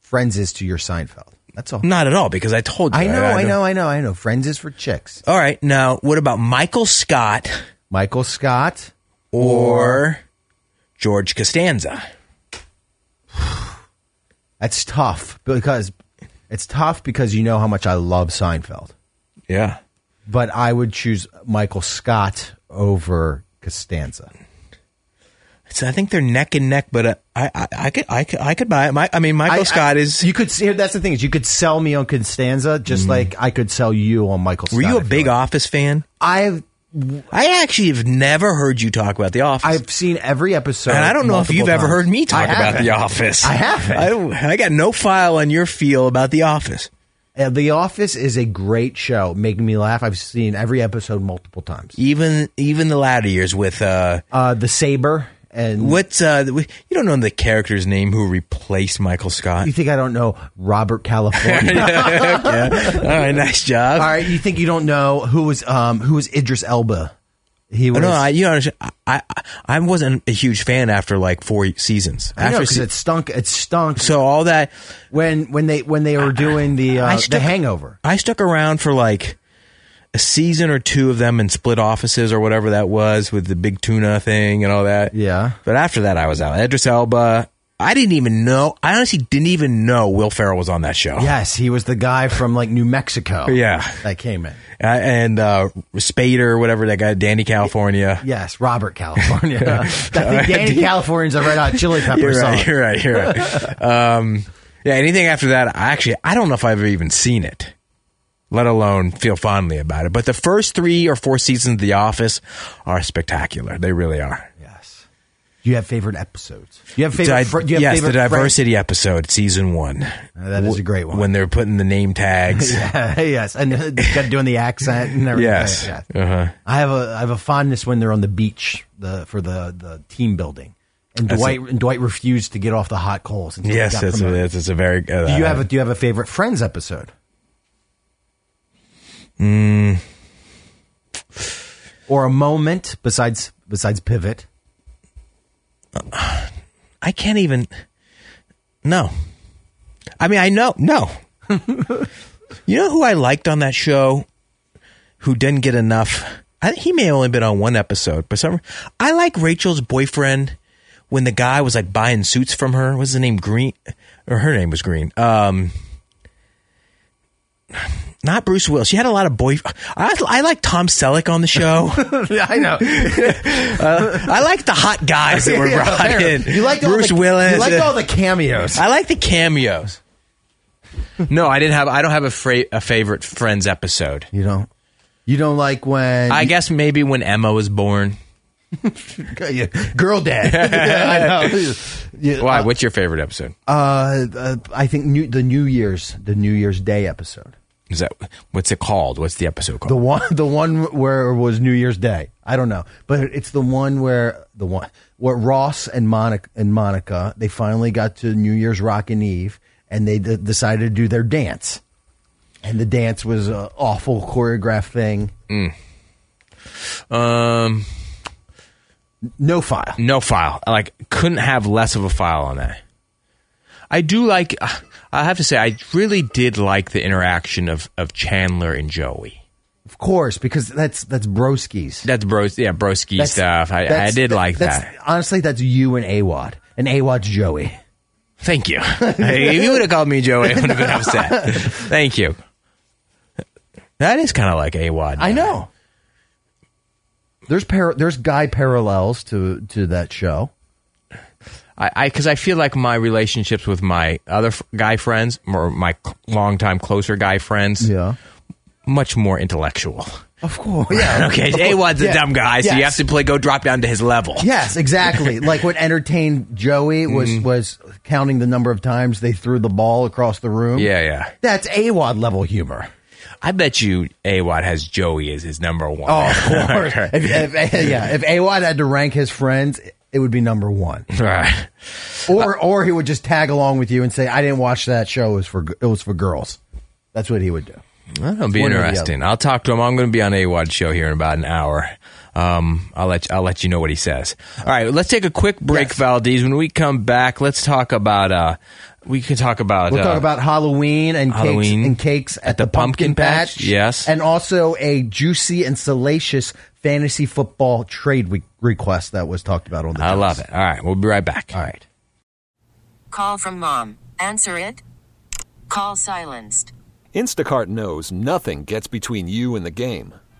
Friends is to your Seinfeld. That's all.
Not at all, because I told you.
I know, Mm. I
don't-
know, I know, I know. Friends is for chicks.
All right, now what about Michael Scott
Michael Scott.
or George Costanza?
That's tough because it's tough because you know how much I love Seinfeld.
Yeah.
But I would choose Michael Scott over Costanza.
So I think they're neck and neck, but uh, I, I I could I could I could buy it. My, I mean Michael
I-
Scott
I-
is. Mm.
You could see that's the thing is you could sell me on Costanza just like I could sell you on Michael.
were
Scott,
you
I
a
feel
big
like.
Office fan?
I've
I actually have never heard you talk about The Office.
I've seen every episode,
and I don't know if
multiple
you've ever
times.
heard me talk
I
about
haven't.
The Office.
I haven't.
I, I got no file on your feel about The Office.
Uh, the Office is a great show, making me laugh. I've seen every episode multiple times.
Even even the latter years with uh,
Uh, the Saber and
what's uh, the- you don't know the character's name who replaced Michael Scott.
You think I don't know Robert California?
Yeah. All right, nice job.
All right, you think you don't know who was um who was Idris Elba? He was
No, I, you know, I, I I wasn't a huge fan after like four seasons.
I know
after
because
se-
it stunk. It stunk.
so all that
when when they when they were doing the uh,
I
the
stuck-
Hangover,
I stuck around for like a season or two of them in split offices or whatever that was with the big tuna thing and all that.
Yeah.
But after that, I was out. Edris Elba. I didn't even know. I honestly didn't even know Will Ferrell was on that show.
yes, he was the guy from like New Mexico.
Yeah.
that came in.
Uh, and uh, Spader, whatever that guy, Danny California.
Yes, Robert California. I think Danny California's a Red Hot Chili Pepper
You're
song.
right. You're right. You're right. um, yeah. Anything after that, I actually, I don't know if I've even seen it, let alone feel fondly about it. But the first three or four seasons of The Office are spectacular. They really are.
Yes. Do you have favorite episodes? Do you have favorite?
Di-
fr- do you have
yes,
favorite Uh,
the diversity episode, season one.
that is a great one.
When they're putting the name tags.
friend? yes, and uh, got doing the accent and everything.
Yes.
Yeah.
Uh-huh.
I have a I have a fondness when they're on the beach the for the the team building, and
That's
Dwight and Dwight refused to get off the hot coals. Until he
Yes,
got
that's a,
promoted.
that's, that's a very. Uh,
Do you have a Do you have a favorite Friends episode?
Hmm.
Or a moment besides besides pivot?
I can't even. No. I mean, I know. No. you know who I liked on that show who didn't get enough? I, he may have only been on one episode, but some. I like Rachel's boyfriend when the guy was like buying suits from her. What was the name? Green. Or her name was Green. Um. Not Bruce Willis. She had a lot of boy. I, I like Tom Selleck on the show.
I know.
I like the hot guys that were brought in.
You liked all
Bruce
the,
Willis.
You liked all the cameos.
I like the cameos. No, I didn't have. I don't have a, fra- a favorite Friends episode.
You don't. You don't like when
I guess maybe when Emma was born.
Yeah, girl dad. Yeah, I know. Yeah,
Why? What's your favorite episode?
Uh, uh, I think new, the New Year's the New Year's Day episode.
Is that what's it called? What's the episode
The
called?
one, the one where it was New Year's Day. I don't know, but it's the one where the one where Ross and Monica and Monica they finally got to New Year's Rockin' Eve, and they d- decided to do their dance, and the dance was an awful choreographed thing.
um,
No file.
no file. I like couldn't have less of a file on that. I do like. I have to say, I really did like the interaction of of Chandler and Joey.
Of course, because that's that's broskies.
That's bros. Yeah, broski
That's-
stuff. I, I
that's-
did like
that's-
that.
Honestly, that's you and Awad, and Awad's Joey.
Thank you. if you would have called me Joey, I would have been upset. Thank you. That is kind of like AWOD.
I know. There's par- there's guy parallels to to that show.
I because I, feel like my relationships with my other f- guy friends, or my c- longtime closer guy friends, much more intellectual.
of course. Yeah.
Okay,
Of course.
AWOD's a
Yeah.
dumb guy, so you have
Yes.
to play go drop down to his level.
Yes, exactly. like what entertained Joey was was counting the number of times they threw the ball across the room.
Yeah, yeah.
That's Awad level humor.
I bet you Awad has Joey as his number one.
Oh, of course. if, if, yeah, if Awad had to rank his friends, it would be number one.
Right.
Or or he would just tag along with you and say, "I didn't watch that show. It was for it was for girls." That's what he would do.
That'll be
one or the
interesting. I'll talk to him. I'm going to be on Awad's show here in about an hour. Um, I'll let I'll let you know what he says. All right, let's take a quick break, Valdez. When we come back, let's talk about. Uh, we can talk about.
We'll
uh,
talk about Halloween and
Halloween
cakes and cakes at, the, pumpkin, patch.
yes.
and also a juicy and salacious fantasy football trade we- request that was talked about on the.
I
Jones.
love it. All right, we'll be right back.
All right.
Call from mom. Answer it. Call silenced.
Instacart knows nothing gets between you and the game.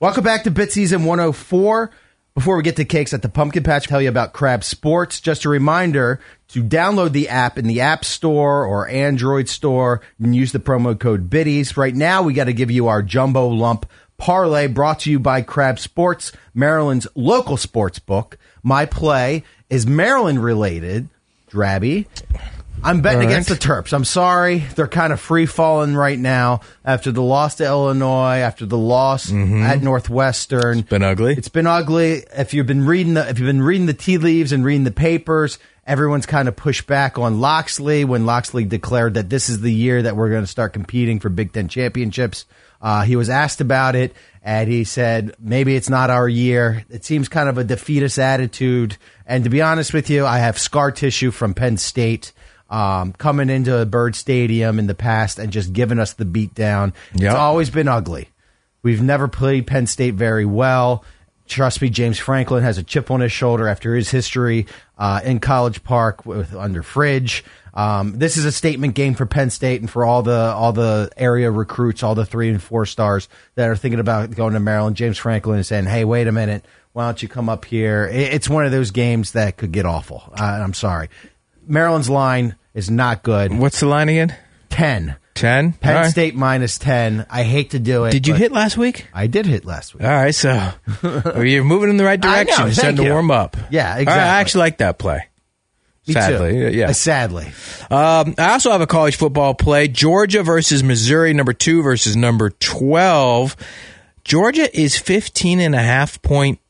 Welcome back to Bit Season 104. Before we get to cakes at the pumpkin patch, tell you about Crab Sports. Just a reminder to download the app in the App Store or Android Store and use the promo code BIDDIES. Right now, we got to give you our jumbo lump parlay brought to you by Crab Sports, Maryland's local sports book. My play is Maryland related. Drabby. I'm betting
All right.
against the Terps. I'm sorry. They're kind of free falling right now after the loss to Illinois, after the loss at Northwestern. It's
been ugly.
It's been ugly. If you've been reading the if you've been reading the tea leaves and reading the papers, everyone's kind of pushed back on Loxley when Loxley declared that this is the year that we're going to start competing for Big Ten championships. Uh, he was asked about it, and he said, "Maybe it's not our year." It seems kind of a defeatist attitude. And to be honest with you, I have scar tissue from Penn State um, coming into Bird Stadium in the past and just giving us the beatdown.
Yep.
It's always been ugly. We've never played Penn State very well. Trust me, James Franklin has a chip on his shoulder after his history uh, in College Park with under Fridge. Um, this is a statement game for Penn State and for all the all the area recruits, all the three and four stars that are thinking about going to Maryland. James Franklin is saying, "Hey, wait a minute, why don't you come up here?" It- It's one of those games that could get awful. Uh, I'm sorry, Maryland's line is not good.
What's the line again?
Ten.
Ten.
Penn
All right.
State minus ten. I hate to do it.
Did you
but-
hit last week?
I did hit last week.
All right, so well, you're moving in the right
I know,
direction. It's
thank
starting to
you.
warm up.
Yeah,
All right, I
exactly.
actually like that play.
Me
Sadly,
too.
yeah.
Uh, sadly,
Um, I also have a college football play: Georgia versus Missouri, number two versus number twelve. Georgia is 15 and a half point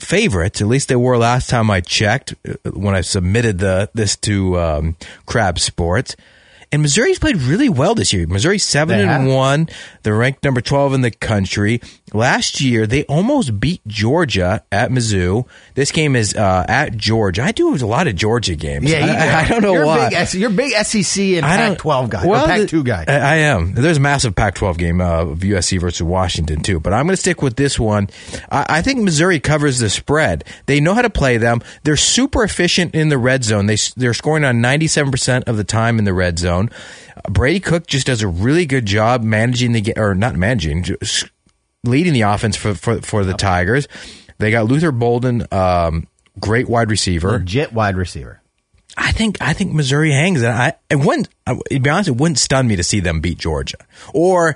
favorites. At least they were last time I checked uh, when I submitted the this to um, Crab Sports. And Missouri's played really well this year. Missouri's seven
They
and
have.
one. They're ranked number twelve in the country. Last year they almost beat Georgia at Mizzou. This game is uh, at Georgia. I do a lot of Georgia games.
yeah. you-
I, I don't know
you're a
why.
Big, S- you're a big SEC and
I don't-
Pac-12 guy.
Well,
or
the-
Pac-2 guy.
I, I am. There's a massive Pac-12 game uh, of USC versus Washington too, but I'm going to stick with this one. I, I think Missouri covers the spread. They know how to play them. They're super efficient in the red zone. They s- they're scoring on 97 percent of the time in the red zone. Uh, Brady Cook just does a really good job managing the game, or not managing, just leading the offense for for, for the Tigers. They got Luther Bolden. Um, Great wide receiver.
Legit wide receiver.
I think I think Missouri hangs, and I it wouldn't. I, to be honest, it wouldn't stun me to see them beat Georgia, or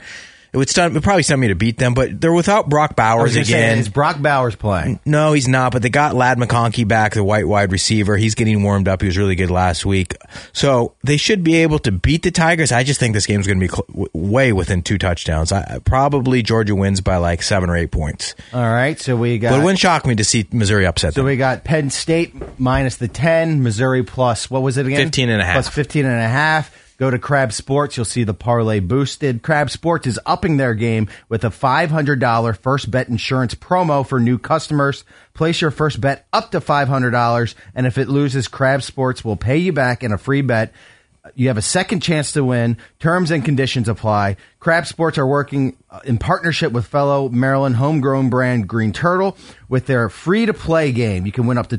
It would stun. It would probably stun me to beat them, but they're without Brock
I was
Bowers
gonna say,
again.
is Brock Bowers playing?
No, he's not. But they got Lad McConkey back, the white wide receiver. He's getting warmed up. He was really good last week, so they should be able to beat the Tigers. I just think this game's going to be cl- w- way within two touchdowns. I, probably Georgia wins by like seven or eight points.
All right, so we got
But it wouldn't shock me to see Missouri upset
So
them.
we got Penn State minus the 10, Missouri plus, what was it again?
15 and a half.
Plus 15 and a half. Go to Crab Sports. You'll see the parlay boosted. Crab Sports is upping their game with a $500 first bet insurance promo for new customers. Place your first bet up to $500, and if it loses, Crab Sports will pay you back in a free bet. You have a second chance to win. Terms and conditions apply. Crab Sports are working uh, in partnership with fellow Maryland homegrown brand Green Turtle with their free to play game. You can win up to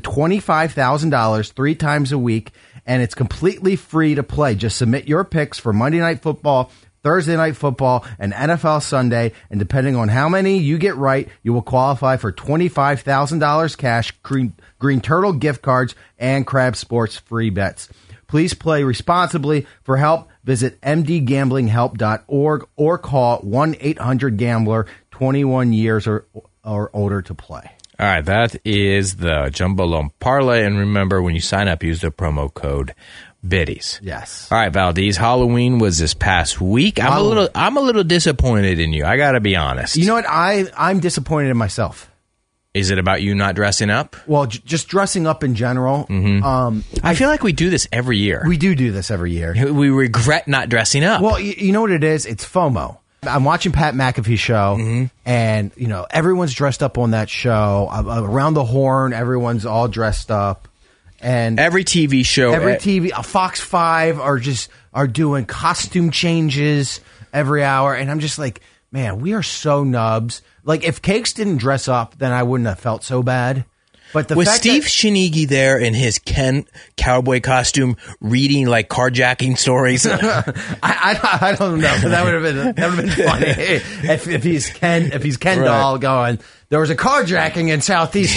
$25,000 three times a week, and it's completely free to play. Just submit your picks for Monday Night Football. Thursday night football and NFL Sunday, and depending on how many you get right, you will qualify for twenty-five thousand dollars cash, green, green Turtle gift cards, and Crab Sports free bets. Please play responsibly. For help, visit mdgamblinghelp.org or call 1 800 Gambler 21 years or, or older to play.
All right, that is the Jumbo Loan Parlay. And remember, when you sign up, use the promo code Biddies.
Yes.
All right, Valdez. Halloween was this past week. I'm a little, I'm a little disappointed in you. I got to be honest.
You know what? I, I'm disappointed in myself.
is it about you not dressing up?
Well, j- just dressing up in general. Um,
I feel like we do this every year.
we do do this every year.
We, regret not dressing up.
Well, you, you know what it is? It's FOMO. I'm watching Pat McAfee show, and you know everyone's dressed up on that show. Uh, uh, around the horn, everyone's all dressed up, and
every TV show,
every
eh,
TV, uh, Fox Five are just are doing costume changes every hour, and I'm just like, man, we are so nubs. Like if Cakes didn't dress up, then I wouldn't have felt so bad. But the
with
fact
Steve
that-
Shinigi there in his Ken cowboy costume, reading like carjacking stories.
I, I, I don't know. But that would have been that would have been funny if, if he's Ken if he's Ken
Right.
doll going. There was a carjacking in Southeast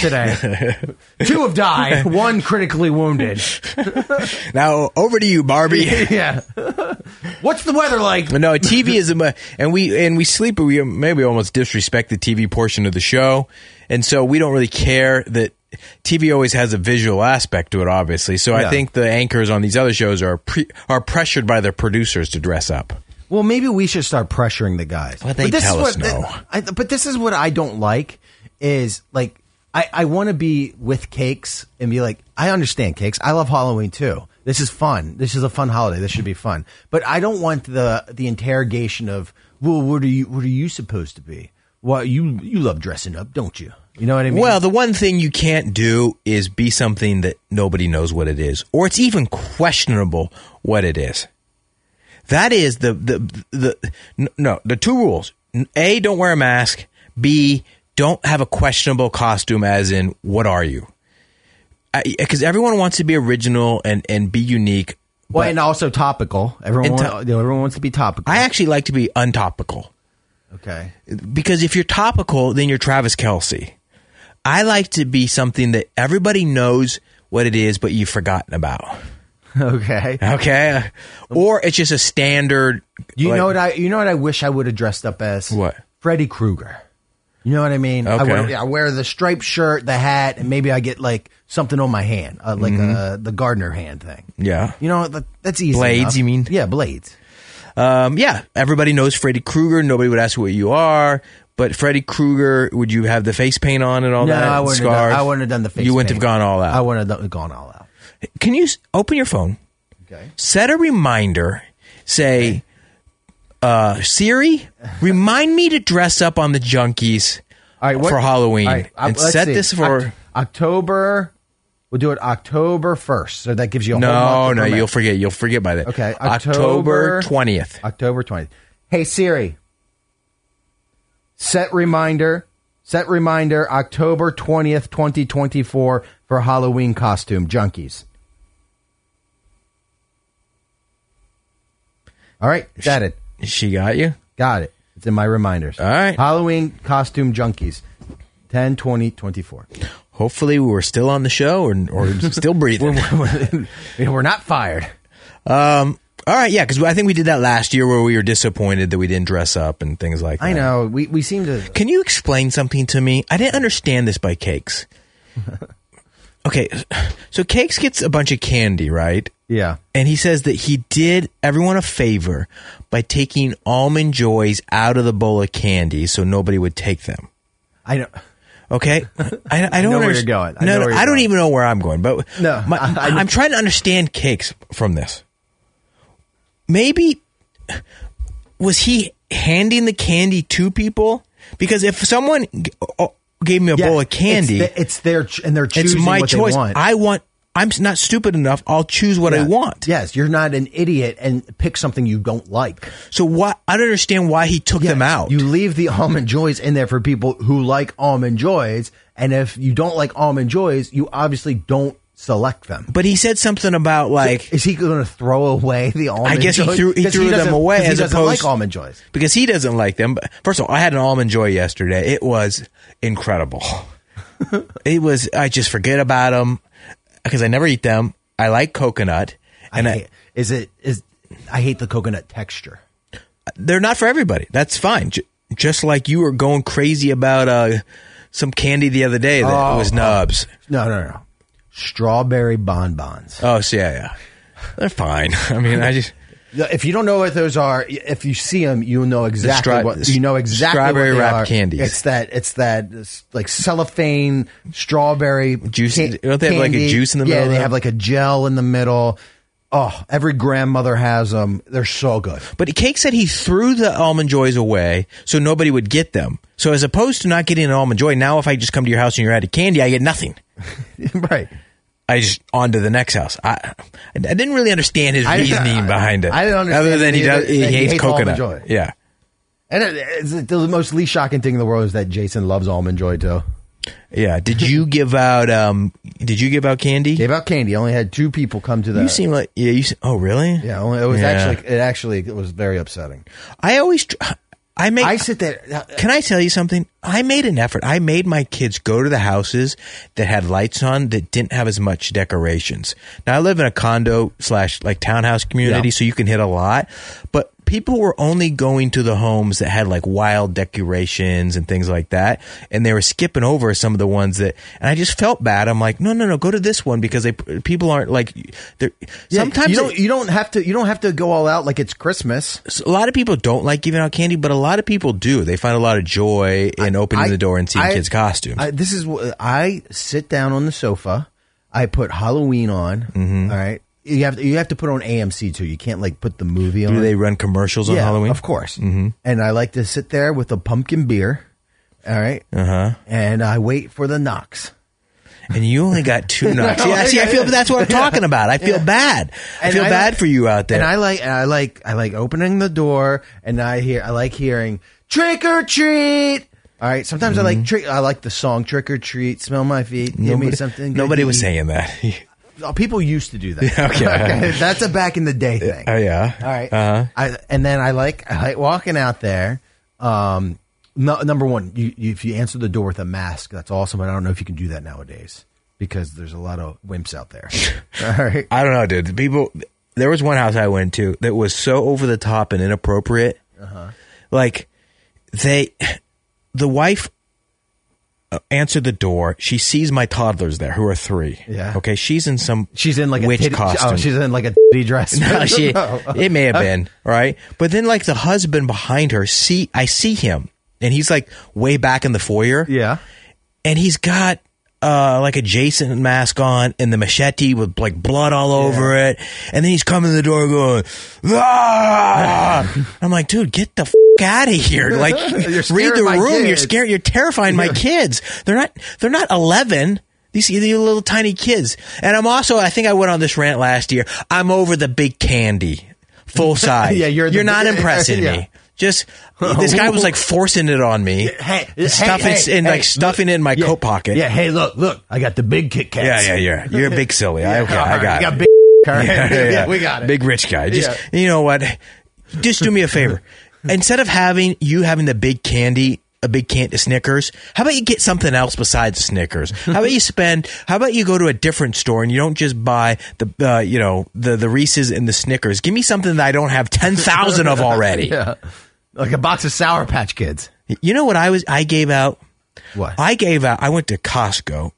today. Two have died. One critically wounded.
now over to you, Barbie.
Yeah. What's the weather like?
But No, TV is a mu- and we and we sleep. but We maybe almost disrespect the TV portion of the show, and so we don't really care that TV always has a visual aspect to it. Obviously, so I think the anchors on these other shows are pre- are pressured by their producers to dress up.
Well, maybe we should start pressuring the guys.
Well, they
this
tell us
is what,
no.
I, but this is what I don't like is like I, I want to be with cakes and be like I understand cakes. I love Halloween too. This is fun. This is a fun holiday. This should be fun. But I don't want the the interrogation of well, what are you what are you supposed to be? Well, you you love dressing up, don't you? You know what I mean?
Well, the one thing you can't do is be something that nobody knows what it is, or it's even questionable what it is. That is the the the n- no the two rules: N- a don't wear a mask; b don't have a questionable costume, as in what are you? Because everyone wants to be original and and be unique.
well,
but
and also topical. Everyone
And to-
wa- everyone wants to be topical.
I actually like to be untopical.
okay.
because if you're topical, then you're Travis Kelsey. I like to be something that everybody knows what it is, but you've forgotten about.
Okay.
Okay, or it's just a standard.
You
like-
know what I? You know what I wish I would have dressed up as?
What?
Freddy Krueger. You know what I mean? I
Okay.
wear, I wear the striped shirt, the hat, and maybe I get like something on my hand, uh, like
Mm-hmm.
uh, the gardener hand thing.
Yeah.
You know that, that's easy.
Blades,
enough.
you mean?
Yeah, blades.
Um, yeah, everybody knows Freddy Krueger. Nobody would ask what you are. But Freddy Krueger, would you have the face paint on and all
no,
that?
I
and
wouldn't. Have done,
scarf?
I wouldn't have done the face.
You wouldn't have
paint.
gone all out.
I wouldn't have done- gone all out.
Can you s- open your phone?
Okay.
Set a reminder. Say, uh, Siri, remind me to dress up on the junkies
All right, what-
for Halloween
all right, uh,
and
let's
set
see.
this for.
Oct- October. We'll do it October first, so that gives you a whole month
no,
to
no,
prepare.
you'll forget. You'll forget by then.
Okay,
October
October-
twentieth.
October 20th. Hey Siri. Set reminder. Set reminder October 20th, 2024 for Halloween costume junkies. All right, got it.
She got you.
Got it. It's in my reminders.
All right.
Halloween costume junkies. 10 20 24.
Hopefully, we were still on the show or, or still breathing.
We're not fired.
Um, All right, yeah, because I think we did that last year where we were disappointed that we didn't dress up and things like that.
I know. We we seem to.
Can you explain something to me? I didn't understand this by Cakes. okay, so Cakes gets a bunch of candy, right?
Yeah.
And he says that he did everyone a favor by taking almond joys out of the bowl of candy so nobody would take them.
I know.
Okay, I, I don't
know where
underst-
you're going. I
no,
know
no,
where you're
I don't
going.
even know where I'm going. But
No,
my,
I- I-
I'm trying to understand cakes from this. Maybe was he handing the candy to people? Because if someone g- oh, gave me a
Yeah,
bowl of candy,
It's, the, it's their ch- and they're
it's
choosing
my
what
choice.
They want.
I want. I'm s- not stupid enough. I'll choose what I
Yeah.
want.
Yes, you're not an idiot and pick something you don't like.
So why? I don't understand why he took them
Yes,
out.
You leave the almond joys in there for people who like almond joys, and if you don't like almond joys, you obviously don't select them.
but he said something about like
Is he going to throw away the almond?
guess he
joys?
threw- he
'Cause
threw them
doesn't-
away
'cause he
as
doesn't
opposed-
like almond joys.
because he doesn't like them. But first of all, I had an almond joy yesterday. It was incredible. it was. I just forget about them because I never eat them. I like coconut, and
I
I
hate- is it is I hate the coconut texture.
they're not for everybody. That's fine. J- just like you were going crazy about uh, some candy the other day that
Oh,
was nubs.
No, no, no. Strawberry bonbons.
Oh, so yeah, yeah. They're fine. I mean, I just
If you don't know what those are, if you see them, you'll know exactly
stra-
what you know exactly. what
strawberry
they
wrapped
are.
candies.
It's that. It's that. It's like cellophane strawberry
Juice- don't they have, like, a
candy.
juice in the
Yeah,
middle of
they
them?
have like a gel in the middle. Oh, every grandmother has them. They're so good.
But Cake said he threw the almond joys away so nobody would get them. So as opposed to not getting an almond joy, now if I just come to your house and you're out of candy, I get nothing.
right.
I just on to the next house. I I didn't really understand his
I-
reasoning
I-
behind it.
I didn't understand
Other than he
either
does, he
that he
hates
hates
coconut.
almond joy.
Yeah,
And it, it's the most least shocking thing in the world is that Jason loves almond joy too.
yeah. Did you give out? Um, did you give out candy?
Gave out candy. Only had two people come to that.
you seem like yeah. You se- oh really?
yeah, only, it was
Yeah.
actually it actually it was very upsetting.
I always tr- I make
I sit there.
Can I tell you something? I made an effort. I made my kids go to the houses that had lights on that didn't have as much decorations. Now I live in a condo slash like townhouse community, so you can hit a lot, but people were only going to the homes that had like wild decorations and things like that, and they were skipping over some of the ones that. And I just felt bad. I'm like, no, no, no, go to this one because they people aren't like. They're,
Yeah,
sometimes
you
they-
don't you don't have to you don't have to go all out like it's Christmas.
a lot of people don't like giving out candy, but a lot of people do. They find a lot of joy in opening
I-
the door and seeing
I-
kids' costumes.
I, this is what I sit down on the sofa. I put Halloween on.
Mm-hmm.
all right, you have to, you have to put on AMC too. You can't like put the movie on.
do they run commercials on
yeah,
Halloween? Mm-hmm.
of course. And I like to sit there with a pumpkin beer. All right, uh-huh. and I wait for the knocks.
And you only got two knocks. yeah, see, I feel that's what I'm talking about. I feel bad. I
And
feel
I
bad
like-
for you out there.
And I like and I like I like opening the door and I hear I like hearing trick or treat. All right, sometimes I like trick I like the song trick or treat, smell my feet, give me something. good
Mm-hmm. Nobody
to
was
eat.
saying that.
Oh, people used to do that.
okay.
That's a back in the day thing.
oh yeah.
All right.
Uh-huh.
I, and then I like I like walking out there. Um, no, number one, you, you, if you answer the door with a mask, that's awesome. But I don't know if you can do that nowadays because there's a lot of wimps out there. All right.
I don't know, dude. The People. There was one house I went to that was so over the top and inappropriate.
Uh-huh.
Like they, the wife uh, answered the door. She sees my toddlers there, who are three.
Yeah.
Okay. She's in some
She's in like a
witch
titty,
costume.
Oh, she's in like a titty dress.
No, she,
No.
it may have been all right. But then, like the husband behind her, see, I see him, and he's like way back in the foyer,
Yeah.
and he's got uh, like a Jason mask on and the machete with like blood all over it, and then he's coming to the door going, ah! I'm like, dude, get the. F- out of here like read
scaring
the
my
room you're
kids.
scared you're terrifying my kids they're not they're not 11 these are the little tiny kids and i'm also i think i went on this rant last year i'm over the big candy full size
Yeah, you're the
you're not
big-
impressing
yeah.
me just this guy was like forcing it on me
Hey,
stuffing
hey, hey,
and like
hey,
stuffing it in my coat pocket
Yeah. Hey, look, look. I got the big Kit Kats.
yeah, yeah, yeah. You're a big silly. I, okay,
All
I
right,
got,
you
it.
got big. all right.
Yeah, yeah, yeah.
we got it.
Big rich guy. Just you know what? Just do me a favor. Instead of having you having the big candy a big can of Snickers? How about you get something else besides Snickers? How about you spend? How about you go to a different store and you don't just buy the uh, you know the the Reese's and the Snickers? Give me something that I don't have ten thousand of already.
Yeah. Like a box of Sour Patch Kids.
You know what I was? I gave out.
What?
I gave out. I went to Costco,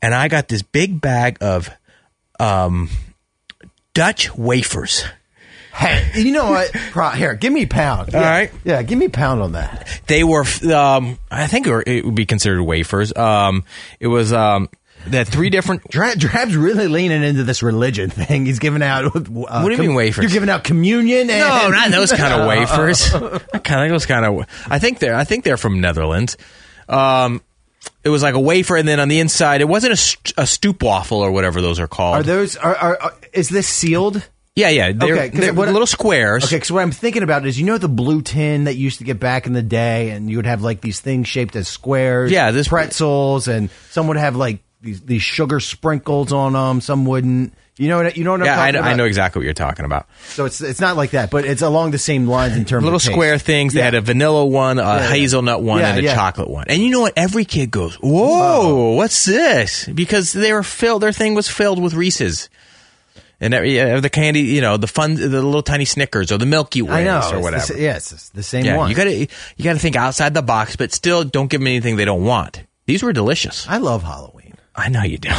and I got this big bag of um, Dutch wafers.
hey, you know what? Pro- here, give me pound.
All
yeah.
right.
Yeah, give me pound on that.
They were, f- um, I think, it were- it would be considered wafers. Um, it was um, that three different.
Dra- Drab's really leaning into this religion thing. He's giving out. Uh, what
do you mean wafers?
You're giving out communion. And-
No, not those kind of wafers. Not kind of those kind of. I think they're. I think they're from Netherlands. Um, it was like a wafer, and then on the inside, it wasn't a, st- a stoop waffle or whatever those are called.
Are those? Are, are, are is this sealed?
yeah, yeah, they're,
Okay, 'cause
they're
what I-
little squares.
Okay, because what I'm thinking about is you know the blue tin that you used to get back in the day, and you would have like these things shaped as squares.
Yeah, this-
pretzels, and some would have like these, these sugar sprinkles on them. Some wouldn't. You know what? You know what I'm
Yeah, I
talking
know,
about.
I know exactly what you're talking about.
So it's it's not like that, but it's along the same lines in terms
Little
of taste.
square things. They had a vanilla one, a hazelnut one,
Yeah,
and a
yeah.
chocolate one. And you know what? Every kid goes, "Whoa, what's this?" Because they were filled. Their thing was filled with Reese's. And every, yeah, the candy, you know, the fun, the little tiny Snickers or the Milky Ways
I know,
or whatever.
Yes, yeah, it's the same
yeah,
one.
you gotta, you gotta think outside the box, but still, don't give them anything they don't want. These were delicious.
I love Halloween.
I know you do.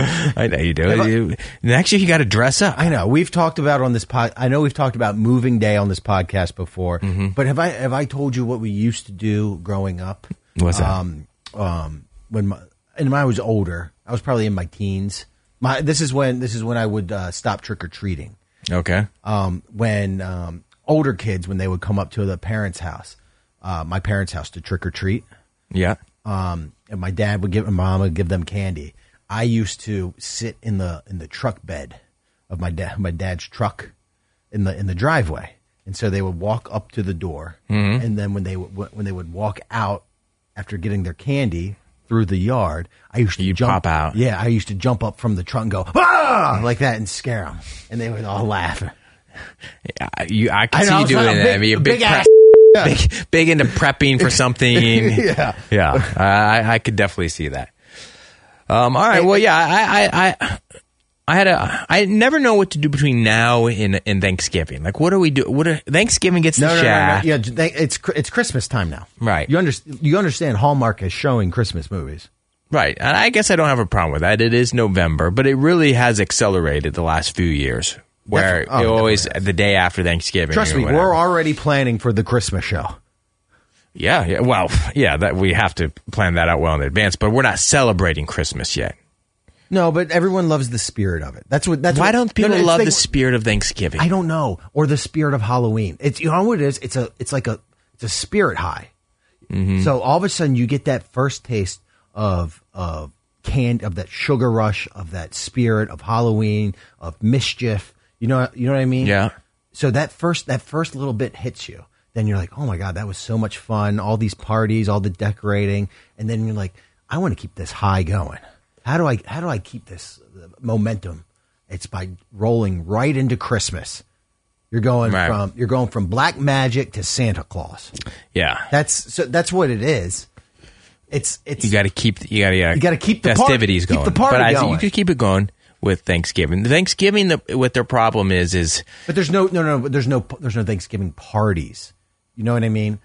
I know you do. You- Next year, you got to dress up.
I know we've talked about on this pod. I know we've talked about moving day on this podcast before,
Mm-hmm.
but have I have I told you what we used to do growing up?
What's that?
Um, um, when my, and when I was older, I was probably in my teens. My this is when this is when I would uh, stop trick or treating.
Okay.
Um, when um, older kids when they would come up to the parents' house, uh, my parents' house to trick or treat
Yeah.
um, and my dad would give, and mom would give them candy. I used to sit in the in the truck bed of my dad, my dad's truck, in the in the driveway, and so they would walk up to the door,
Mm-hmm.
and then when they would when they would walk out after getting their candy through the yard, I used to
You'd
jump
pop out.
Yeah, I used to jump up from the truck and go ah like that and scare them, and they would all laugh.
I- you, I can
I know,
see you
it's not
doing
a
that.
big-
I mean, you're
a
big,
big ass-
prep- big, big into prepping for something. yeah, yeah. I, I could definitely see that. Um. All right. Well, yeah. I, I, I, I had a. I never know what to do between now and and Thanksgiving. Like, what do we do? What do, Thanksgiving gets the shaft.
Yeah, they, it's cr- it's Christmas time now.
Right.
You understand? You understand? Hallmark is showing Christmas movies.
Right. And I guess I don't have a problem with that. It is November, but it really has accelerated the last few years. Where
Definitely. Oh,
it
it
always
definitely
the day after Thanksgiving.
Trust
or
me,
whatever.
we're already planning for the Christmas show.
Yeah, yeah. Well, yeah, that we have to plan that out well in advance, but we're not celebrating Christmas yet.
No, but everyone loves the spirit of it. That's what. That's
Why
what-
don't
no,
people
no, it's
love
like-
the spirit of Thanksgiving?
I don't know, or the spirit of Halloween. It's you know what it is. It's a. It's like a. It's a spirit high.
Mm-hmm.
So all of a sudden, you get that first taste of of canned of that sugar rush of that spirit of Halloween of mischief. You know. You know what I mean?
Yeah.
So that first that first little bit hits you. Then you're like, oh my god, that was so much fun! All these parties, all the decorating, and then you're like, I want to keep this high going. How do I how do I keep this uh, momentum? It's by rolling right into Christmas. You're going
Right.
from you're going from black magic to Santa Claus.
yeah.
That's so that's what it is. It's it's
you got to keep you got to yeah,
You gotta keep the par-
festivities
keep
going.
the party
but I think
going.
you could keep it going with Thanksgiving. Thanksgiving the, what their problem is is
but there's no no no but there's no there's no Thanksgiving parties. You know what I mean?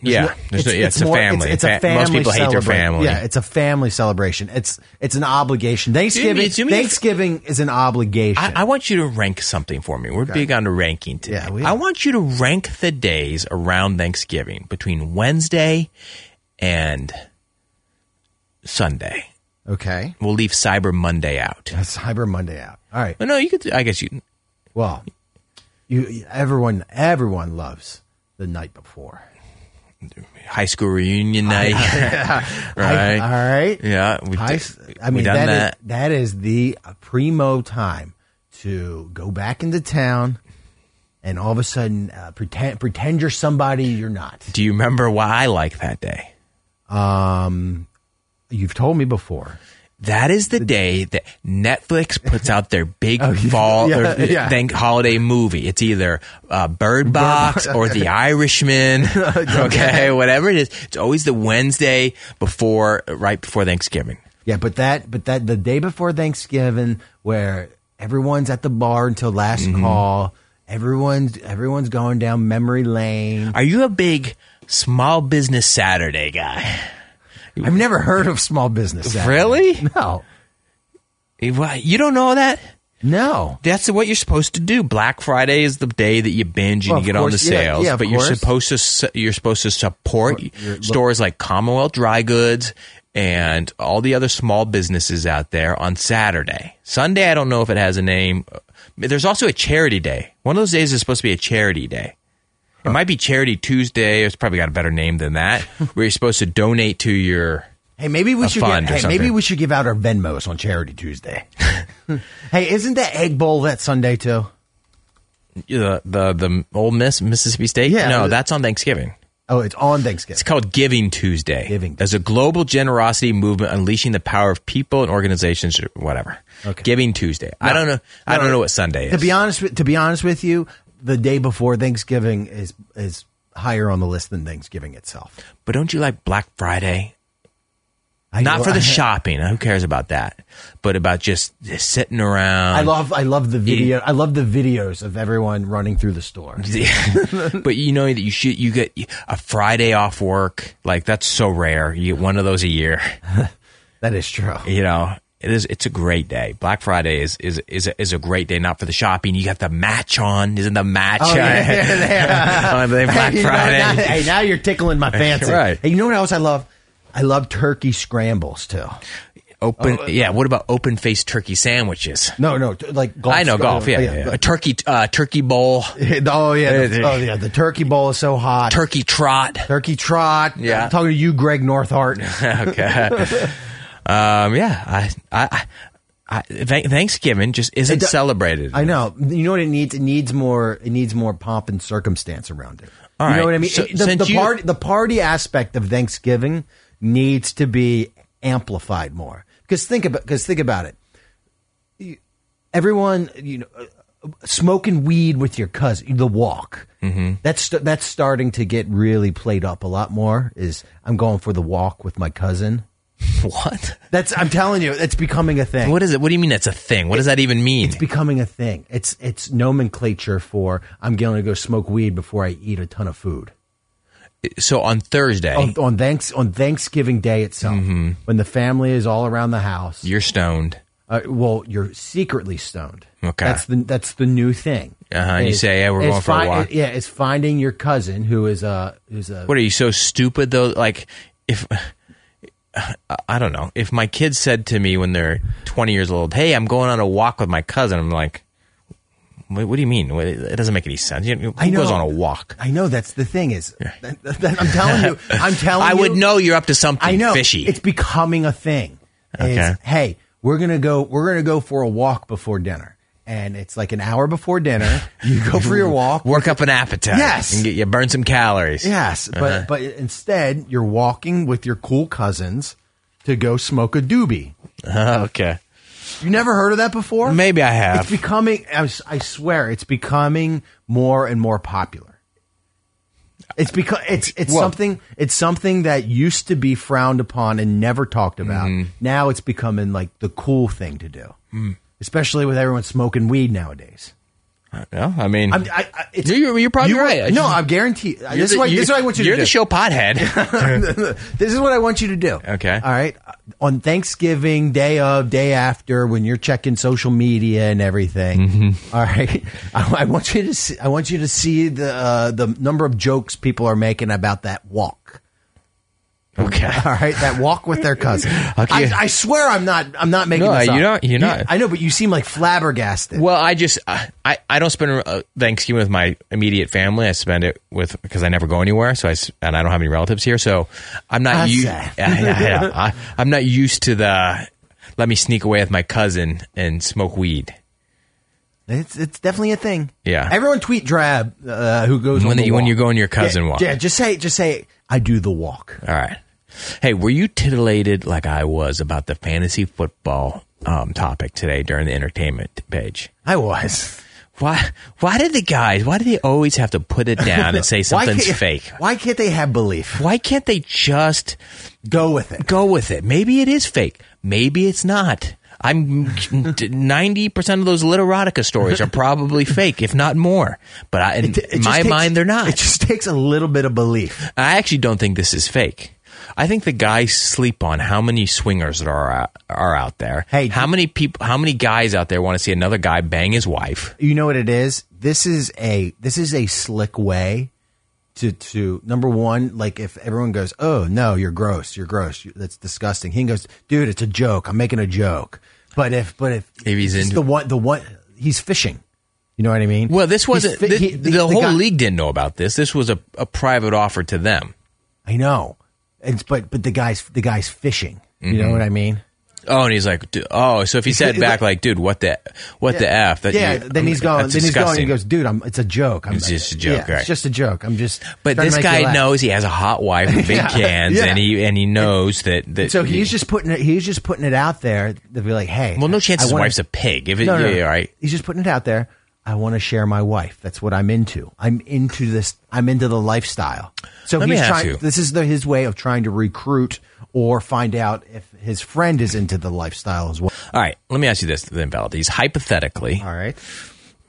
yeah,
no-
there's no- yeah, it's, a
more-
family.
It's, it's a
Fa-
family.
Most people hate their
celebra-
family.
Yeah, it's a family celebration. It's it's an obligation. Thanksgiving.
do me a f-
Thanksgiving is an obligation.
I, I want you to rank something for me. We're big on the ranking today.
Yeah, we
I
are.
want you to rank the days around Thanksgiving between Wednesday and Sunday.
okay,
We'll leave Cyber Monday out.
that's Cyber Monday out. All right.
Well, no, you could. I guess you.
Well, you everyone everyone loves the night before.
High school reunion night,
I-
right?
all right.
Yeah, we
High
did-
s- I mean,
we done
that is-
that.
that is the uh, primo time to go back into town and all of a sudden uh, pretend pretend you're somebody you're not.
Do you remember why I like that day?
Um, you've told me before.
That is the day that Netflix puts out their big fall
Yeah,
or
yeah.
thank holiday movie. It's either uh, Bird Box or The Irishman. okay, whatever it is. It's always the Wednesday before, right before Thanksgiving.
Yeah, but that but that the day before Thanksgiving where everyone's at the bar until last
Mm-hmm.
call, everyone's everyone's going down memory lane.
Are you a big small business Saturday guy?
I've never heard of small business. Saturday.
Really?
No.
You don't know that?
No.
That's what you're supposed to do. Black Friday is the day that you binge and
Well,
you
of
get on the
course, yeah,
sales,
yeah, of
but you're
course.
supposed to su- you're supposed to support stores like Commonwealth Dry Goods and all the other small businesses out there on Saturday. Sunday, I don't know if it has a name. There's also a charity day. One of those days is supposed to be a charity day. It might be Charity Tuesday. It's probably got a better name than that, where you're supposed to donate to your.
Hey, maybe we
A
should
fund
get,
or
hey, maybe
something.
we should give out our Venmos on Charity Tuesday. hey, isn't that egg bowl that Sunday too?
The, the the old Miss Mississippi State.
Yeah.
no, that's on Thanksgiving.
Oh, it's on
It's
Thanksgiving.
called Giving Tuesday.
Giving
There's a global generosity movement unleashing the power of people and organizations or whatever. Giving Tuesday. I don't know I don't know what Sunday is.
To be honest with, to be honest with you, the day before Thanksgiving is is higher on the list than Thanksgiving itself.
but don't you like Black Friday?
I
Not
know-
for the shopping. Who cares about that? But about just, just sitting around.
I love I love the video. I love the videos of everyone running through the store.
but you know that you should you get a Friday off work. Like that's so rare. You get one of those a year.
That is true.
you know it is it's a great day black friday is is is a, is a great day not for the shopping you got the match on isn't the match
Oh,
on,
yeah, yeah, yeah.
on the black
Hey, you know, now-
friday
hey, now you're tickling my fancy.
Right.
Hey, you know what else I love? I love turkey scrambles too.
open yeah what about open faced turkey sandwiches
No, no, t- like golf.
i know golf yeah, yeah. a turkey uh, turkey bowl
Oh yeah,
Yeah,
the, oh yeah. The turkey bowl is so hot.
turkey trot
turkey trot.
Yeah.
I'm talking to you, Greg Northhart.
okay um yeah i i I- I, th- Thanksgiving just isn't
do-
celebrated.
I know. You know what it needs? It needs more. It needs more pomp and circumstance around it.
All
you
right.
know what I mean?
So,
It- the,
since
the
you-
party, the party aspect of Thanksgiving needs to be amplified more. Because think about, because think about it. You- Everyone, you know, uh, smoking weed with your cousin, the walk. Mm-hmm. That's st- that's starting to get really played up a lot more. Is I'm going for the walk with my cousin.
What?
That's I'm telling you, it's becoming a thing
What is it? What do you mean that's a thing? What does that even mean?
it's becoming a thing. It's it's nomenclature for I'm going to go smoke weed before I eat a ton of food.
so on Thursday,
On, on thanks on Thanksgiving Day itself,
Mm-hmm.
when the family is all around the house,
you're stoned.
uh, well, you're secretly stoned.
Okay.
that's the that's the new thing.
Uh-huh, and you
Is-
say, "Yeah, we're
is
going for a
fi-
walk."
Yeah, it's finding your cousin who is a who's a
What are you so stupid though? Like if I- I don't know if my kids said to me when they're 20 years old, "Hey, I'm going on a walk with my cousin," I'm like, "What, what do you mean? What- It doesn't make any sense. You- Who
I know.
goes on a walk?"
I know that's the thing is. that- that- I'm telling you, I'm telling.
I
you,
would know you're up to something
I know
fishy.
It's becoming a thing.
Okay.
It's, hey, we're gonna go. We're gonna go for a walk before dinner, and it's like an hour before dinner. You go for your walk.
Work up an appetite.
Yes.
and get you burn some calories.
yes,
Uh-huh.
but but instead you're walking with your cool cousins to go smoke a doobie.
okay.
You never heard of that before?
Maybe I have.
It's becoming. I s- I swear, it's becoming more and more popular. It's because it's it's
Well-
something it's something that used to be frowned upon and never talked about.
Mm-hmm.
Now it's becoming like the cool thing to do,
Mm.
especially with everyone smoking weed nowadays.
Well, I mean,
I'm, I, I, it's,
You're- you're probably
you are-
right. I
No,
just-
I'm guaranteed.
you're
This
the-
is, what,
you-
this is what I want you
You're
to
the
do.
show pothead.
this is what I want you to do.
Okay.
All right. On Thanksgiving, day of, day after, when you're checking social media and everything.
Mm-hmm.
all right. I, I want you to see, I want you to see the uh, the number of jokes people are making about that walk.
okay.
All right, that walk with their cousin.
Okay.
I, I swear I'm not. I'm not making
No,
this up.
you don't- you're
You-
not.
I know, but you seem like flabbergasted.
Well, I just I I- I don't spend uh, Thanksgiving with my immediate family. I spend it with because I never go anywhere, so I s- and I don't have any relatives here, so I'm not
That's
used.
sad.
I, am not used to the. Let me sneak away with my cousin and smoke weed.
It's it's definitely a thing.
Yeah.
Everyone tweet Drab uh, who goes
When
on the
you- when
walk.
you go on your cousin
yeah,
walk.
Yeah, just say just say I do the walk.
All right. Hey, were you titillated like I was about the fantasy football um, topic today during the entertainment page?
I was.
Why? Why did the guys? Why do they always have to put it down and say
Why
something's
can't-
fake?
Why can't they have belief?
Why can't they just
Go with it.
go with it? Maybe it is fake. Maybe it's not. I'm ninety percent of those literotica stories are probably fake, if not more. But I, in
It- it
in
just
my
takes-
mind, they're not.
It just takes a little bit of belief.
I actually don't think this is fake. I think the guys sleep on how many swingers there are out, are out there.
Hey,
how
d-
many people? How many guys out there want to see another guy bang his wife?
You know what it is? This is a this is a slick way to to number one. Like if everyone goes, "Oh no, you're gross, you're gross, you- that's disgusting," he goes, "Dude, it's a joke. I'm making a joke." But if but if,
If he's
it's
into-
the one the one he's fishing. You know what I mean?
Well, this
He's
wasn't.
fi-
thi-
he-
the, whole
guy-
league didn't know about this. This was a, a private offer to them.
I know. It's but but the guys the guys fishing. You
Mm-hmm.
know what I mean?
Oh, and he's like, d- oh, so if he said back like, dude, what the, what the f? That
yeah,
you-
then
I'm-
he's going. Then
that's
he's going. and He
disgusting.
goes, dude. I'm. It's a joke. I'm,
It's just a joke,
Yeah,
right.
It's just a joke. I'm just.
But
trying to
this
make you
guy
laugh."
knows he has a hot wife with big
Yeah,
cans,
yeah.
and he and he knows that. that
So he's just putting it. He's just putting it out there. They'll be like, hey.
well, no chance
I
his
wanna-
wife's a pig. If it,
No, no,
yeah,
no.
yeah, right.
He's just putting it out there. I want to share my wife. That's what I'm into. I'm into this. I'm into the lifestyle. So
Let me
he's
ask
trying.
you.
This is the, his way of trying to recruit or find out if his friend is into the lifestyle as well.
All right, let me ask you this then, Valdez. Hypothetically,
All right.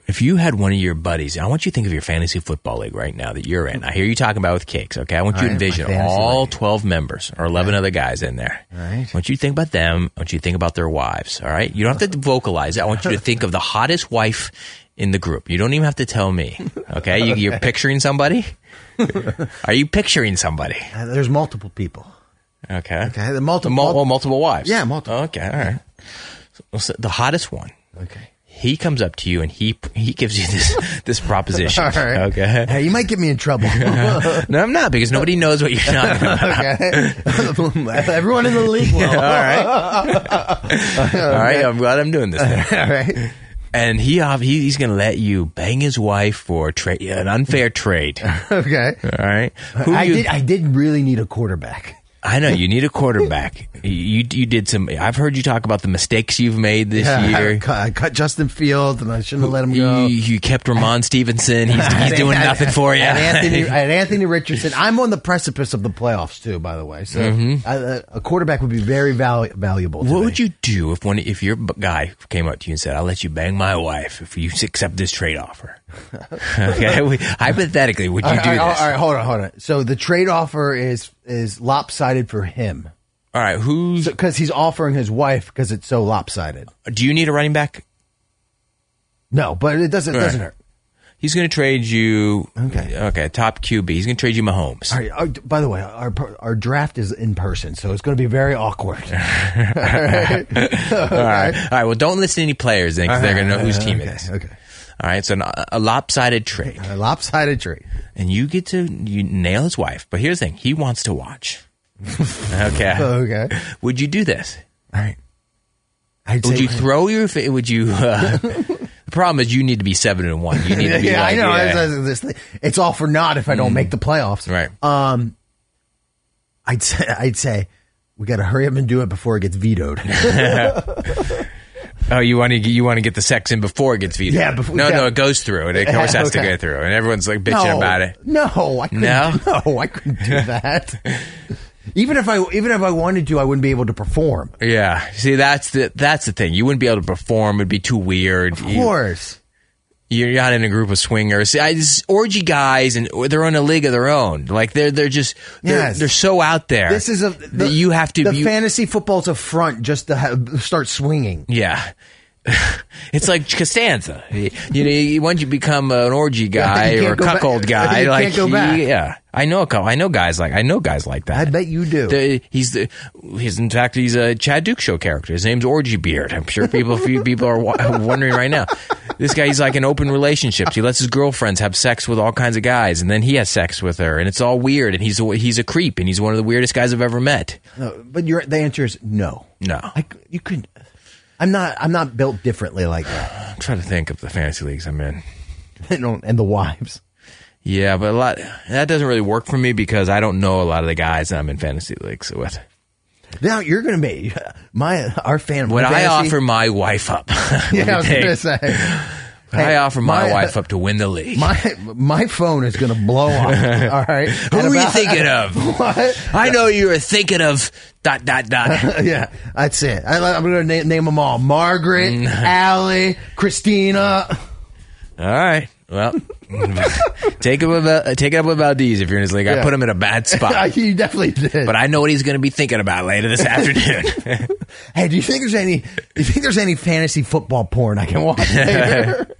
if you had one of your buddies, I want you to think of your fantasy football league right now that you're in. I hear you talking about with kicks, okay? I want you to
right, my
envision
fantasy
all
league.
12 members or 11 other guys in there. All
right.
I want you to think about them. I want you to think about their wives, all right? You don't have to vocalize it. I want you to think of the hottest wife in the group. You don't even have to tell me, okay? You, You're picturing somebody? Are you picturing somebody?
Uh, there's multiple people.
Okay.
Okay, the multiple-
Mul- oh, multiple wives.
Yeah, multiple.
Okay, all right. So- so the hottest one.
Okay.
He comes up to you and he he gives you this this proposition.
All right.
Okay.
Hey, you might get me in trouble. okay.
No, I'm not because nobody knows what you're talking about.
Everyone in the league will.
All right. All right. I'm glad I'm doing this. Now.
All right.
And he, ob- he he's going to let you bang his wife for tra- yeah, an unfair trade. All
Okay.
right. Who
I
you-
did. I did really need a quarterback.
I know you need a quarterback. you you did some. I've heard you talk about the mistakes you've made this
I
year.
cut, I cut Justin Fields, and I shouldn't have let him go.
You, you kept Ramon Stevenson. He's, he's
And-
doing
and-
nothing for you.
And Anthony, and Anthony Richardson. I'm on the precipice of the playoffs too. By the way, so I- uh, a quarterback would be very valu- valuable. to
Mm-hmm. What
me.
would you do if one if your b- guy came up to you and said, "I'll let you bang my wife if you s- accept this trade offer"? okay, we, hypothetically, would you
All right,
do
all right,
this?
all right, hold on, hold on. So the trade offer is is lopsided for him
All right, who's
because he's offering his wife because it's so lopsided.
do you need a running back?
No, but it doesn't it
All right.
doesn't hurt.
He's going to trade you.
Okay.
okay, top QB. He's going to trade you Mahomes.
All right. Our, by the way, our our draft is in person, so it's going to be very awkward. all right. Uh,
All right, all right. Well, don't list any players then, because they're going to know whose team it is.
Okay.
All right, so an, a lopsided trade,
A lopsided tree.
and you get to you nail his wife. But here's the thing: he wants to watch. okay.
Okay.
Would you do this?
All right. I'd
Would
say-
you throw your? fa- Would you? Uh, the problem is you need to be seven and one. You need to be.
yeah,
like,
I know.
yeah. Mm.
It's- It's, it's- it's all for naught if I don't make the playoffs.
Right.
Um, I'd say, I'd say we got to hurry up and do it before it gets vetoed.
oh, you want to you want to get the sex in before it gets vetoed.
Yeah, before-
no,
yeah.
no, it goes through. It, it always has to
Okay.
go through, and everyone's like bitching about it.
No, I couldn't,
No?
no, I couldn't do that. even if I even if I wanted to, I wouldn't be able to perform.
Yeah, see, that's the that's the thing. You wouldn't be able to perform; it'd be too weird.
Of course.
You, are not in a group of swingers. See, I, just, orgy guys, and or they're in a league of their own. Like they're they're just they're,
Yes.
they're so out there.
This is a the,
that you have to
the
you-
fantasy football's a front just to have, start swinging.
Yeah. it's like Costanza. You know, you- once you become an orgy guy
you
or a
can't go back.
cuckold guy,
You can't
like
go back.
yeah, I know a couple. I know guys like I know guys like that.
I bet you do.
The- he's the he's in fact he's a Chad Duke show character. His name's Orgy Beard. I'm sure people a few people are wa- wondering right now. This guy he's like in open relationships. He lets his girlfriends have sex with all kinds of guys, and then he has sex with her, and it's all weird. And he's a, he's a creep, and he's one of the weirdest guys I've ever met.
No, but your the answer is no.
No.
I c you couldn't. I'm not. I'm not built differently like that.
I'm trying to think of the fantasy leagues I'm in.
and the wives.
Yeah, but a lot that doesn't really work for me because I don't know a lot of the guys that I'm in fantasy leagues with.
Now you're going to be my our fan.
When I
fantasy-
offer my wife up,
yeah, I was
Hey,
going to say.
when I
hey,
offer my,
my-
wife up to win the league.
My my phone is going to blow up. All right.
Who
At
are you
about-
thinking of?
What?
I know you were thinking of dot dot dot.
yeah, that's it. I, I'm going to name, name them all: Margaret, Allie, Christina.
All right. Well, take it with uh, take it up with Valdez if you're in his league. I
Yeah.
put him in a bad spot,
you definitely did.
but I know what he's going to be thinking about later this afternoon.
hey, do you think there's any? Do you think there's any fantasy football porn I can watch? later?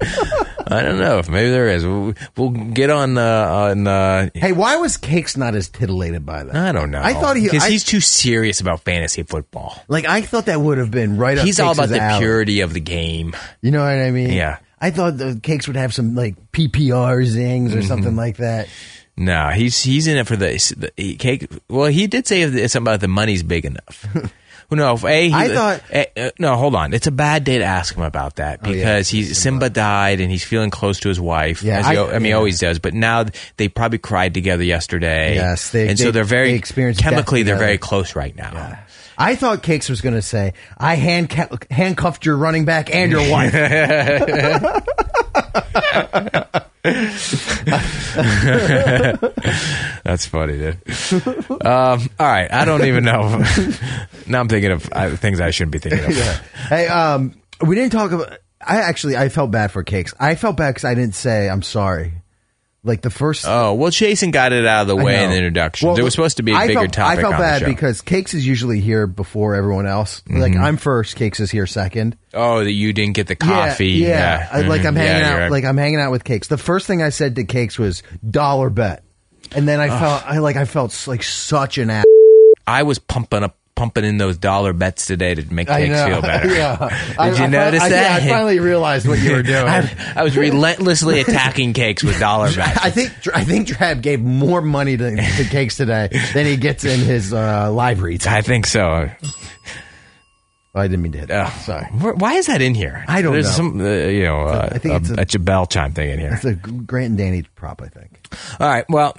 I don't know. Maybe there is. We'll, we'll get on uh, on. Uh,
hey, why was Cakes not as titillated by that?
I don't know.
I thought he.
because
I-
he's too serious about fantasy football.
Like I thought that would have been right up.
He's all about
Cakes'
the
alley.
purity of the game.
You know what I mean?
Yeah.
I thought the cakes would have some like PPR zings or
Mm-hmm.
something like that.
No, he's he's in it for the, the he, cake. Well, he did say that something about the money's big enough. Well, no, if a he,
I thought- Oh,
eh, eh, no, hold on. It's a bad day to ask him about that
yeah,
because he's Simba died and he's feeling close to his wife.
Yeah,
as he,
I-
al- I, mean, he
yeah.
always does. But now th- they probably cried together yesterday.
Yes, they-
and
they-
so they're very
they experienced death
chemically. They're very
together.
close right now.
I thought Cakes was going to say, "I hand handcuffed your running back and your wife."
That's funny, dude. um, all right, I don't even know. now I'm thinking of uh, things I shouldn't be thinking of.
hey, um, we didn't talk about. I actually I felt bad for Cakes. I felt bad because I didn't say I'm sorry. Like the first
Oh well, Jason got it out of the
I
way
know.
in the introduction.
Well,
there was supposed to be a
I
bigger
felt,
topic.
I felt
on
bad
the show. Mm-hmm.
because Cakes is usually here before everyone else. Like I'm first, Cakes is here second.
oh, that you didn't get the coffee.
Yeah, yeah. I- like I'm
Mhm. Yeah,
hanging out.
you're right.
Like I'm hanging out with cakes. The first thing I said to cakes was dollar bet, and then I felt I like I felt s- like such an ass.
I was pumping up, pumping in those dollar bets today to make
I
Cakes
know.
feel better.
yeah.
Did you notice
I,
that?
yeah, I finally realized what you were doing. I,
I, I was relentlessly attacking Cakes with dollar bets.
think I think Drab gave more money to, to cakes today than he gets in his uh, live reads. I,
I think so.
didn't mean to hit. That.
Ugh.
Sorry.
Wh- Why is that in here?
I don't
There's
know.
some, uh, you know, uh,
I think it's
a,
a-
a bell chime thing in here.
It's a Grant and Danny prop, I think.
All right. Well,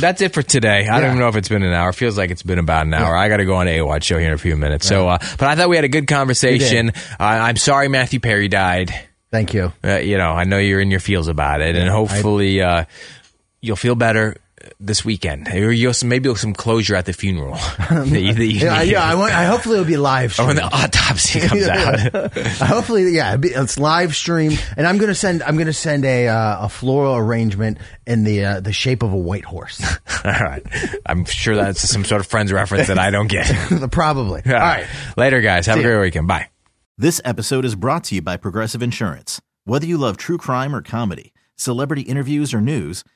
that's it for today. I don't
Yeah.
even know if it's been an hour. Feels like it's been about an hour. I got to go on a watch show here in a few minutes. So, uh, but I thought we had a good conversation. Uh, I'm sorry Matthew Perry died.
Thank you.
Uh, you know, I know you're in your feels about it, and hopefully uh, you'll feel better this weekend, or you'll some, maybe you'll some closure at the funeral. that you, that you
Yeah, I,
need.
yeah, I, want, I hopefully it'll be live.
Or
streamed.
when the autopsy Oh, comes out.
Hopefully, yeah, it'd be- it's live stream, and I'm gonna send I'm gonna send a uh, a floral arrangement in the uh, the shape of a white horse,
All right. I'm sure that's some sort of friends reference that I don't get.
probably. All right,
Later, guys. Have a
See ya.
great weekend. Bye.
This episode is brought to you by Progressive Insurance. Whether you love true crime or comedy, celebrity interviews or news,